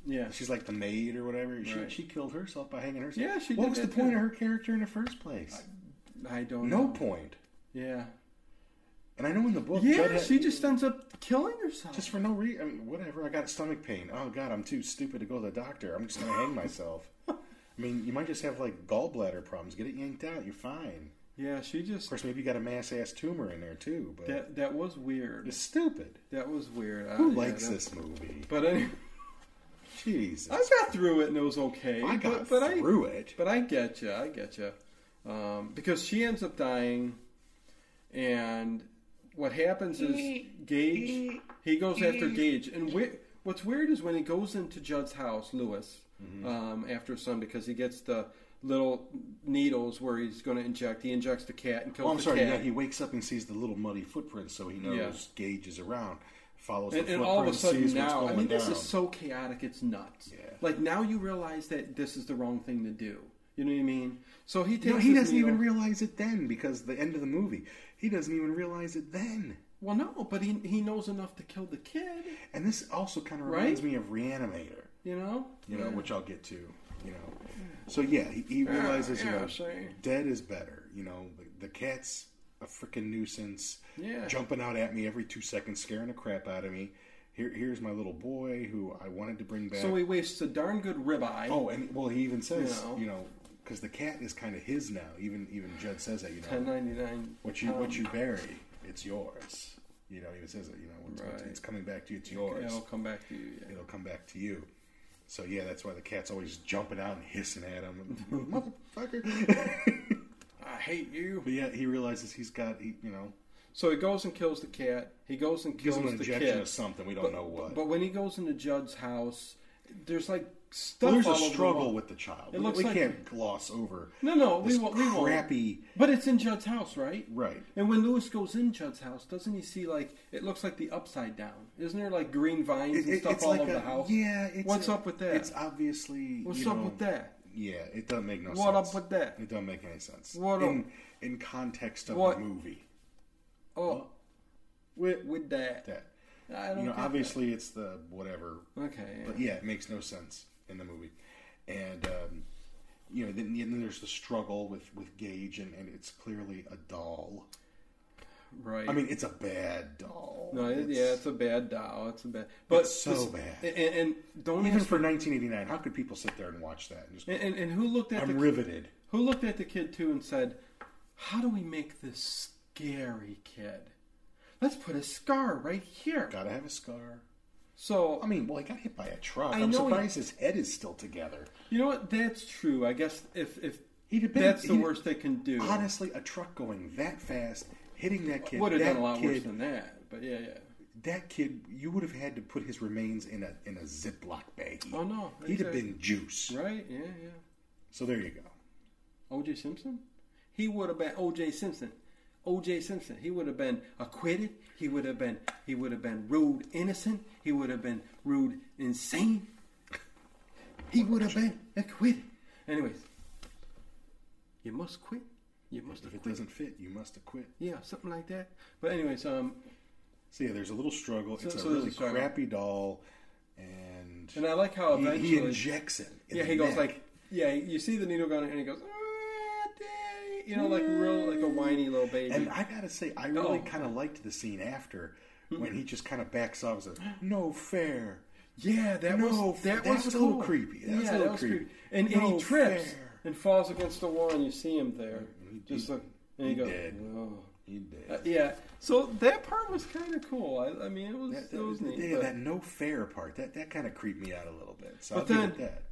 D: yeah,
E: She's like the maid or whatever. She,
D: Right.
E: she killed herself by hanging herself.
D: Yeah, she
E: What
D: did
E: was the
D: that
E: point
D: too.
E: of her character in the first place?
D: I don't
E: no
D: know.
E: point.
D: Yeah,
E: And I know in the book,
D: yeah,
E: Judd had-
D: she just ends up killing herself.
E: just for no reason. I mean, whatever. I got stomach pain. Oh God, I'm too stupid to go to the doctor. I'm just gonna hang myself. I mean, you might just have like gallbladder problems. Get it yanked out. You're fine.
D: yeah, she just
E: Of course, maybe you got a mass ass tumor in there too. But
D: that that was weird.
E: it's stupid.
D: That was weird. I-
E: Who
D: yeah,
E: likes
D: that-
E: this movie?
D: But anyway,
E: Jesus,
D: I got through it and it was okay.
E: I
D: but,
E: got
D: but I,
E: through it.
D: But I get you. I get you. Um, because she ends up dying, and what happens is Gage. He goes after Gage, and we- what's weird is when he goes into Judd's house, Lewis,
E: Mm-hmm.
D: um, after his son, because he gets the little needles where he's going to inject. He injects the cat and kills
E: Oh, I'm
D: the
E: sorry.
D: cat.
E: Yeah, he wakes up and sees the little muddy footprints, so he knows
D: Yeah.
E: Gage is around. Follows
D: and,
E: the
D: and all of a
E: footprints,
D: sudden
E: sees what's
D: now, I
E: going
D: mean, this
E: down.
D: is so chaotic, it's nuts.
E: Yeah.
D: Like now you realize that this is the wrong thing to do. You know what I mean? So he takes.
E: No, he
D: his
E: doesn't even
D: needle-
E: realize it then because the end of the movie, he doesn't even realize it then.
D: well, no, but he he knows enough to kill the kid.
E: And this also kind of
D: Right?
E: reminds me of Reanimator,
D: You know.
E: you know, which I'll get to, you know. So yeah, he, he realizes, you
D: yeah,
E: know,
D: see.
E: dead is better. You know, the, the cat's a freaking nuisance,
D: Yeah.
E: jumping out at me every two seconds, scaring the crap out of me. Here, here's my little boy who I wanted to bring back.
D: So he wastes a darn good ribeye.
E: Oh, and well, he even says,
D: You know.
E: you know, because the cat is kind of his now. Even even Judd says that, you know,
D: Ten ninety nine.
E: what you what
D: Um.
E: you bury, it's yours. You know, he even says it. You know, it's, it's-
D: Right.
E: it's coming back to you. It's yours.
D: It'll Um, come back to you. Yeah.
E: It'll come back to you. So yeah, that's why the cat's always jumping out and hissing at him, motherfucker.
D: I hate you.
E: but yeah, he realizes he's got, he, you know,
D: So he goes and kills the cat. He goes and kills
E: gives him an
D: the
E: injection
D: kid.
E: of something. We don't
D: but,
E: know what.
D: But when he goes into Judd's house, there's like stuff.
E: Well, there's
D: all
E: a
D: over the
E: struggle
D: wall.
E: with the child.
D: It
E: we
D: looks
E: we
D: like-
E: can't gloss over.
D: No, no, we
E: this
D: won't. We won't.
E: crappy.
D: But it's in Judd's house, right?
E: Right.
D: And when Lewis goes in Judd's house, doesn't he see like it looks like the upside down? Isn't there like green vines
E: It-
D: and
E: it-
D: stuff
E: it's
D: all
E: like
D: over
E: a-
D: the house?
E: Yeah, it's
D: What's
E: a-
D: up with that?
E: It's obviously.
D: What's
E: you
D: up
E: know,
D: with that?
E: Yeah, it doesn't make no sense.
D: What up with that?
E: It doesn't make any sense.
D: What
E: in,
D: up?
E: in context of
D: What?
E: the movie.
D: Oh, with with that,
E: That
D: I don't
E: you know,
D: get that.
E: obviously it's the whatever,
D: Okay,
E: but yeah, it makes no sense in the movie. And um, you know, then, then there's the struggle with with Gage, and, and it's clearly a doll.
D: right.
E: I mean, it's a bad doll.
D: no, it, yeah, it's a bad doll. It's a bad, but
E: it's so bad.
D: And, and don't
E: even
D: ask,
E: for 1989, how could people sit there and watch that? And just,
D: and, and- and who looked at
E: I'm
D: the
E: riveted.
D: who looked at the kid too and said, "How do we make this scary kid? Let's put a scar right here."
E: Gotta have a scar.
D: So um,
E: I mean, well, he got hit by a truck.
D: I
E: I'm
D: know he-
E: surprised his head is still together.
D: You know what? That's true. I guess if if
E: He'd have been-
D: that's the
E: he'd-
D: worst they can do.
E: Honestly, a truck going that fast, hitting that kid,
D: would have
E: that
D: done a lot
E: kid,
D: worse than that. But yeah, yeah.
E: that kid, you would have had to put his remains in a in a Ziploc baggie.
D: Oh, no,
E: he'd have
D: exactly.
E: been juice.
D: Right? Yeah, yeah.
E: So there you go.
D: O.J. Simpson. He would have been O.J. Simpson. O.J. Simpson. He would have been acquitted. He would have been. He would have been ruled innocent. He would have been ruled insane. He would have been acquitted. Anyways, you must quit. You must
E: If
D: have
E: it
D: quit.
E: doesn't fit, you must have quit.
D: Yeah, something like that. But anyways, um,
E: So yeah, there's a little struggle. it's a
D: so there's
E: really
D: a struggle.
E: crappy doll, and,
D: and I like how
E: he-
D: eventually
E: he, injects it. in
D: Yeah,
E: the
D: he goes
E: neck.
D: like, yeah, you see the needle gun, and he goes, "Ah, daddy," you know, like real, like a whiny little baby.
E: And I gotta say, I really
D: Oh. Hmm.
E: kind of liked the scene after when he just kind of backs off and says, "No fair."
D: yeah, that
E: No,
D: was that,
E: that
D: was,
E: was a little
D: cool.
E: creepy. That
D: yeah,
E: was a little
D: that was creepy.
E: creepy.
D: And, and
E: No
D: he trips
E: fair. Mm-hmm.
D: and falls against the wall, and you see him there,
E: He-
D: just
E: he-
D: like, and he,
E: he
D: goes,
E: dead.
D: "Oh."
E: He did.
D: Uh, yeah. So that part was kind of cool. I, I mean, it was
E: That, that
D: it was
E: was
D: neat.
E: yeah,
D: but-
E: that no fair part. That that kind of creeped me out a little bit. So
D: But
E: I'll give
D: then-
E: it that.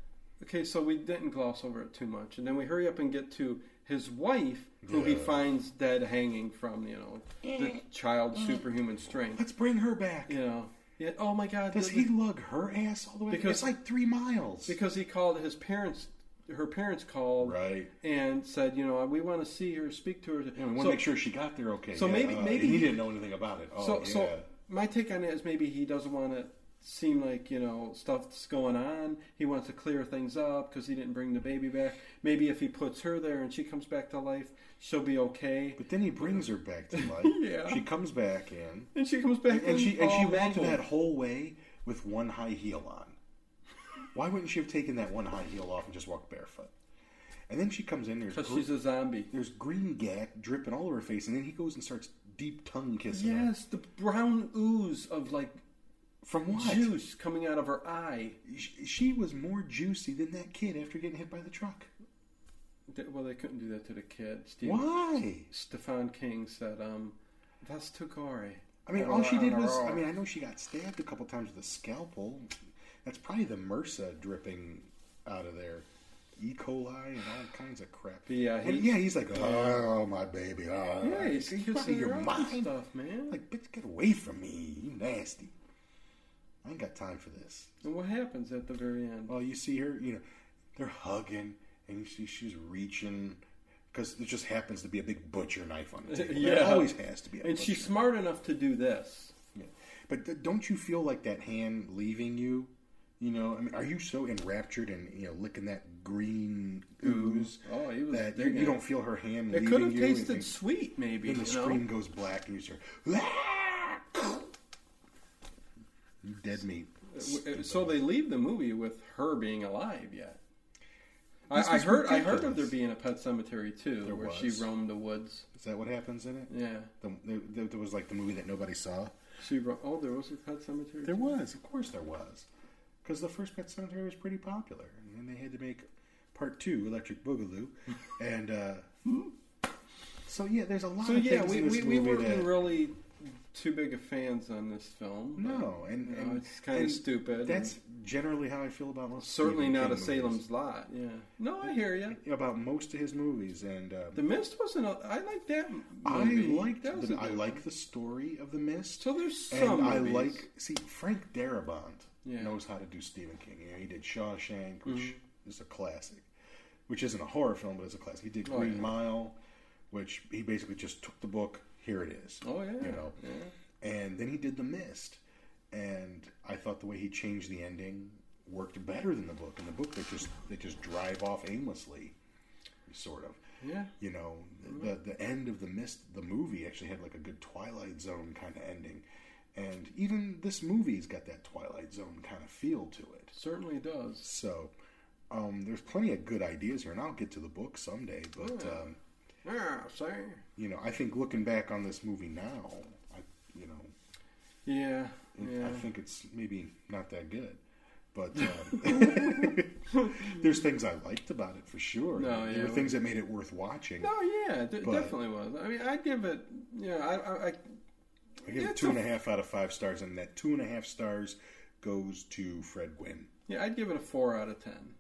D: Okay, so we didn't gloss over it too much, and then we hurry up and get to his wife, who he
E: Yeah.
D: finds dead hanging from you know the child's superhuman strength.
E: Let's bring her back.
D: You know, yeah. Oh my God!
E: Does
D: the-
E: he lug her ass all the way?
D: Because-
E: it's like three miles.
D: Because he called his parents. Her parents called
E: Right.
D: and said, "You know, we want to see her, speak to her."
E: yeah, we want to
D: so,
E: make sure she got there okay.
D: so
E: Yeah,
D: maybe-
E: uh,
D: maybe
E: he,
D: he-
E: didn't know anything about it. Oh
D: So,
E: yeah.
D: so my take on it is maybe he doesn't want to seem like you know stuff's going on. He wants to clear things up because he didn't bring the baby back. Maybe if he puts her there and she comes back to life, she'll be okay.
E: but then he brings her back to life.
D: Yeah.
E: She comes back in,
D: And she comes back
E: and she and she
D: all
E: walked
D: mangled.
E: that whole way with one high heel on. Why wouldn't she have taken that one high heel off and just walked barefoot? And then she comes in. There's
D: because
E: gr-
D: she's a zombie.
E: there's green gack dripping all over her face, and then he goes and starts deep tongue kissing her.
D: Yes, the brown ooze of like
E: From what?
D: juice coming out of her eye.
E: Sh- She was more juicy than that kid after getting hit by the truck.
D: Th- Well, they couldn't do that to the kid. Steve
E: Why?
D: Stefan King said, um, "That's too gory."
E: I mean, all she did was.
D: Overall.
E: I mean, I know she got stabbed a couple times with a scalpel. That's probably the MRSA dripping out of there. E. coli and all kinds of crap.
D: But yeah,
E: And
D: he-
E: yeah, he's like, oh my baby, oh.
D: Yeah, he's
E: Are you out
D: kissing
E: of your
D: her up and
E: mind?
D: stuff, man.
E: Like, bitch, get away from me, you nasty. I ain't got time for this.
D: and what happens at the very end?
E: Well, you see her, you know, they're hugging, and you see she's reaching because it just happens to be a big butcher knife on the table. yeah,
D: Yeah.
E: always has to be. A
D: and
E: butcher
D: she's
E: knife.
D: smart enough to do this.
E: Yeah. But th- don't you feel like that hand leaving you? You know, I mean, are you so enraptured and you know licking that green ooze
D: Oh, he was
E: that you,
D: digging
E: you don't
D: it.
E: feel her hand
D: It
E: leaving
D: could have
E: you?
D: tasted
E: and,
D: sweet, maybe.
E: and the
D: you know?
E: screen goes black, and you start. you dead meat.
D: Uh, W- So they leave the movie with her being alive yet.
E: This
D: I, I
E: was
D: heard. I heard of
E: ridiculous.
D: there being a pet cemetery too,
E: There
D: where she
E: was.
D: roamed the woods.
E: Is that what happens in it?
D: Yeah,
E: The, the, the, there was like the movie that nobody saw.
D: she. Ro- oh, there was a pet cemetery.
E: There
D: too?
E: was, of course, there was, because the first Pet Cemetery was pretty popular, and then they had to make part two, Electric Boogaloo, and uh, so yeah, there's a lot
D: So
E: of
D: yeah,
E: things
D: we,
E: in this
D: we, we
E: movie
D: weren't
E: that
D: really too big of fans on this film. but,
E: no, and,
D: you know,
E: and
D: it's kind
E: and
D: of stupid.
E: That's
D: and
E: generally how I feel about most.
D: certainly
E: Stephen
D: not
E: King
D: a
E: movies.
D: Salem's Lot. Yeah. No, I hear you.
E: about most of his movies, and um,
D: The Mist wasn't. A, I like that. m-
E: I
D: Movie.
E: like
D: that. Was
E: the,
D: a
E: I
D: good
E: like
D: one.
E: the story of the Mist.
D: So there's
E: and
D: some.
E: I
D: movies.
E: like see Frank Darabont
D: Yeah.
E: knows how to do Stephen King. You know, he did Shawshank, which
D: Mm-hmm.
E: is a classic, which isn't a horror film, but it's a classic. He did
D: Oh,
E: Green
D: yeah.
E: Mile, which he basically just took the book. Here it is.
D: Oh yeah.
E: you know. And then he did The Mist, and I thought the way he changed the ending worked better than the book. In the book, they just they just drive off aimlessly, sort of
D: Yeah.
E: you know the the end of the mist the movie actually had like a good twilight zone kind of ending and even this movie's got that twilight zone kind of feel to it
D: Certainly does.
E: so um, there's plenty of good ideas here and i'll get to the book someday but um,
D: Yeah. Say.
E: you know i think looking back on this movie now i you know
D: Yeah. Yeah.
E: I think it's maybe not that good. But um, there's things I liked about it for sure.
D: No,
E: there
D: yeah,
E: were
D: well-
E: things that made it worth watching.
D: No, Oh, yeah, it
E: But-
D: definitely was. I mean, I give it. Yeah, I, I, I
E: I give it
D: It's
E: two
D: a-
E: and a half out of five stars, and that two and a half stars goes to Fred Gwynn.
D: yeah, I'd give it a four out of ten.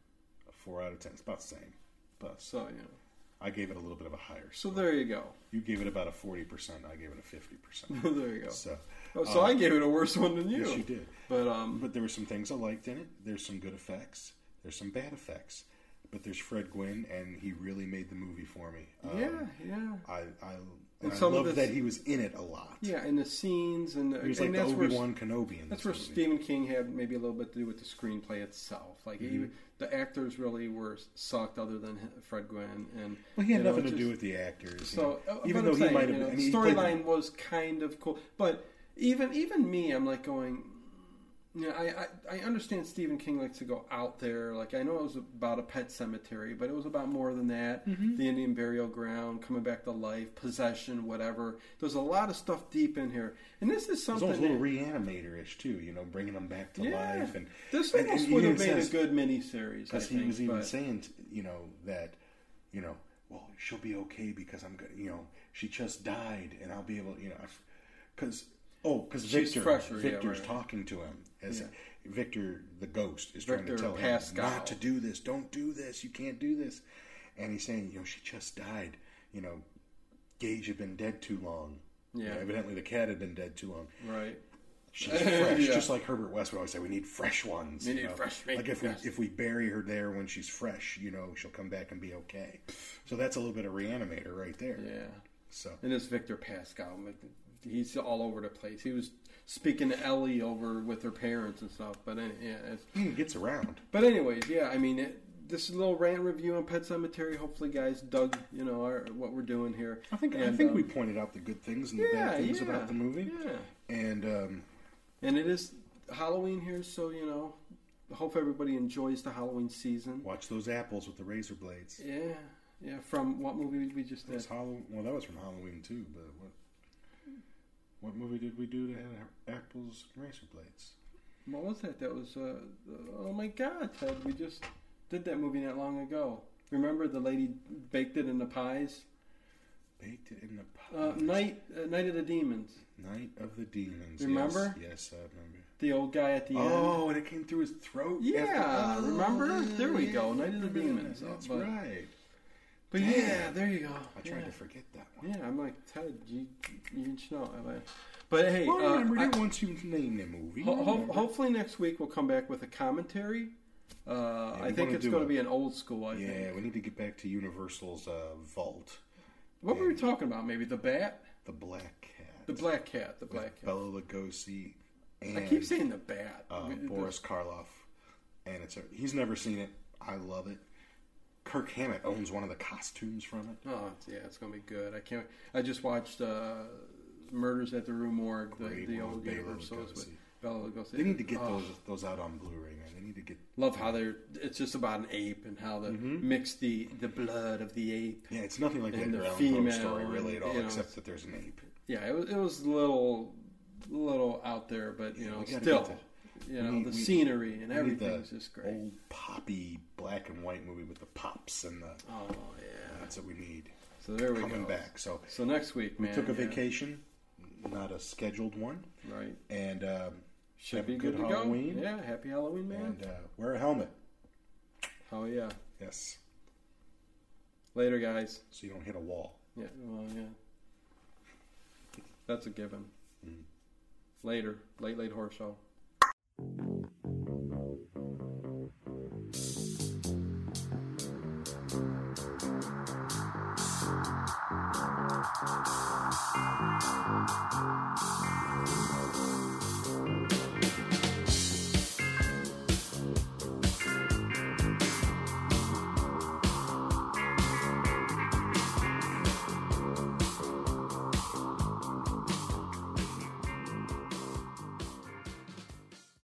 E: A four out of ten. It's about the same. But
D: So you know,
E: I gave it a little bit of a higher.
D: so there you go.
E: You gave it about a forty percent. I gave it a fifty percent.
D: there you go.
E: So uh,
D: Oh, so I gave it a worse one than you.
E: yes, you did.
D: But um,
E: But there were some things I liked in it. There's some good effects. There's some bad effects. But there's Fred Gwynn, and he really made the movie for me. Um,
D: yeah, yeah,
E: I I,
D: And
E: and I
D: some of
E: love
D: it's-
E: that he was in it a lot.
D: yeah. And the scenes and, the,
E: he was
D: and
E: like the
D: that's
E: Obi
D: where
E: Wan Kenobi in
D: that's
E: this
D: where
E: movie.
D: Stephen King had maybe a little bit to do with the screenplay itself. Like
E: Mm-hmm.
D: he, the actors really were sucked, other than Fred Gwynn. And
E: Well, he
D: you
E: had
D: know,
E: nothing
D: it
E: to
D: just-
E: do with the actors.
D: So,
E: you know,
D: uh, but I'm saying, you know,
E: I mean, he played the-
D: storyline was kind of cool, but even even me, I'm like going. You know, I, I I understand Stephen King likes to go out there. Like I know it was about a pet cemetery, but it was about more than that. The Indian burial ground, coming back to life, possession, whatever. There's a lot of stuff deep in here, and this is
E: It's
D: something.
E: almost a little
D: that-
E: reanimator-ish too, you know, bringing them back to
D: yeah,
E: life. And
D: this
E: and-
D: almost
E: and he
D: would have
E: even
D: made a
E: says-
D: good miniseries. I
E: because he
D: think,
E: was even
D: but-
E: saying, t- you know, that, you know, well, she'll be okay because I'm, gonna, you know, she just died, and I'll be able, you know, because oh, because
D: She's
E: Victor,
D: fresher, yeah,
E: Victor's
D: right.
E: talking to him as
D: Yeah.
E: Victor the ghost is trying to
D: Victor
E: tell
D: Pascal.
E: him not to do this, don't do this, you can't do this, and he's saying, you know, she just died, you know, Gage had been dead too long. You know,
D: Yeah.
E: evidently the cat had been dead too long.
D: right.
E: She's fresh,
D: Yeah.
E: just like Herbert West would always say. We need fresh ones.
D: We
E: you
D: need
E: know?
D: fresh meat,
E: Like if we
D: yes.
E: if we bury her there when she's fresh, you know, she'll come back and be okay. So that's a little bit of reanimator right there.
D: Yeah.
E: So
D: And this Victor Pascal, like, he's all over the place. He was speaking to Ellie over with her parents and stuff. But any, yeah, it's,
E: he gets around.
D: but anyways, yeah. I mean, it, this is a little rant review on Pet Cemetery. Hopefully, guys dug you know our, what we're doing here.
E: I think I
D: And,
E: think
D: um,
E: we pointed out the good things and the
D: yeah,
E: bad things
D: yeah,
E: about the movie.
D: Yeah,
E: And um,
D: and it is Halloween here, so you know, hope everybody enjoys the Halloween season.
E: watch those apples with the razor blades.
D: Yeah, yeah. From what movie we just
E: That
D: did?
E: was Halloween. Well, that was from Halloween too. But what what movie did we do to have apples and razor blades?
D: What was that? That was uh, oh my god, Ted! We just did that movie not long ago. Remember the lady baked it in the pies?
E: Baked it in the pie.
D: Uh, Night uh, Night of the Demons.
E: Night of the Demons. yes.
D: Remember?
E: Yes, I remember.
D: The old guy at the end.
E: Oh, and it came through his throat.
D: Yeah, Oh,
E: after- uh,
D: remember? There we go, Night of the
E: remember
D: Demons.
E: that. That's
D: But-
E: right.
D: But
E: Damn.
D: yeah, there you go.
E: I tried
D: yeah.
E: to forget that one.
D: Yeah, I'm like Ted. You you should know. I'm like- But hey,
E: Well, I
D: uh,
E: remembered
D: I-
E: it once you named the movie.
D: ho-
E: I
D: ho-
E: remember.
D: hopefully next week we'll come back with a commentary. Uh,
E: we
D: I think
E: wanna
D: it's
E: do
D: going
E: a-
D: to be an old school. I think.
E: yeah, we need to get back to Universal's uh, vault.
D: What were we talking about? Maybe the bat,
E: The Black Cat.
D: the black cat, the black cat.
E: Bella Lugosi. And,
D: I keep saying the bat.
E: uh,
D: I mean,
E: Boris Karloff. and it's a, he's never seen it. I love it. Kirk Hammett owns one of the costumes from it.
D: Oh it's- yeah, it's gonna be good. I can't. I just watched uh, Murders at the Rue Morgue, the,
E: Great
D: the
E: one
D: old
E: with Bela
D: Universal with
E: Lugosi.
D: Bela Lugosi.
E: They need to get
D: Oh,
E: those those out on Blu-ray, man. They need to get
D: Love how they're. It's just about an ape and how they
E: Mm-hmm.
D: mix the the blood of the ape.
E: yeah. It's nothing like that
D: And the
E: Edgar Allan Poe
D: female
E: story really at
D: and,
E: all,
D: you know,
E: except that there's an ape.
D: Yeah, it was it was little little out there, but you know
E: we gotta
D: still.
E: get
D: You know
E: need-
D: the
E: we-
D: scenery and
E: We need the
D: everything's just great.
E: Old poppy black and white movie with the pops and the
D: Oh yeah.
E: that's what we need
D: So there we go.
E: coming back. So
D: So next week, man,
E: took a
D: yeah,
E: vacation, not a scheduled one,
D: Right.
E: and um,
D: Should
E: have
D: be
E: a
D: good, to
E: good, Halloween.
D: go. Yeah. Happy Halloween, man.
E: And uh, wear a helmet.
D: oh yeah.
E: Yes,
D: Later, guys.
E: so you don't hit a wall.
D: Yeah, well, yeah. That's a given. Later, late, late horse show.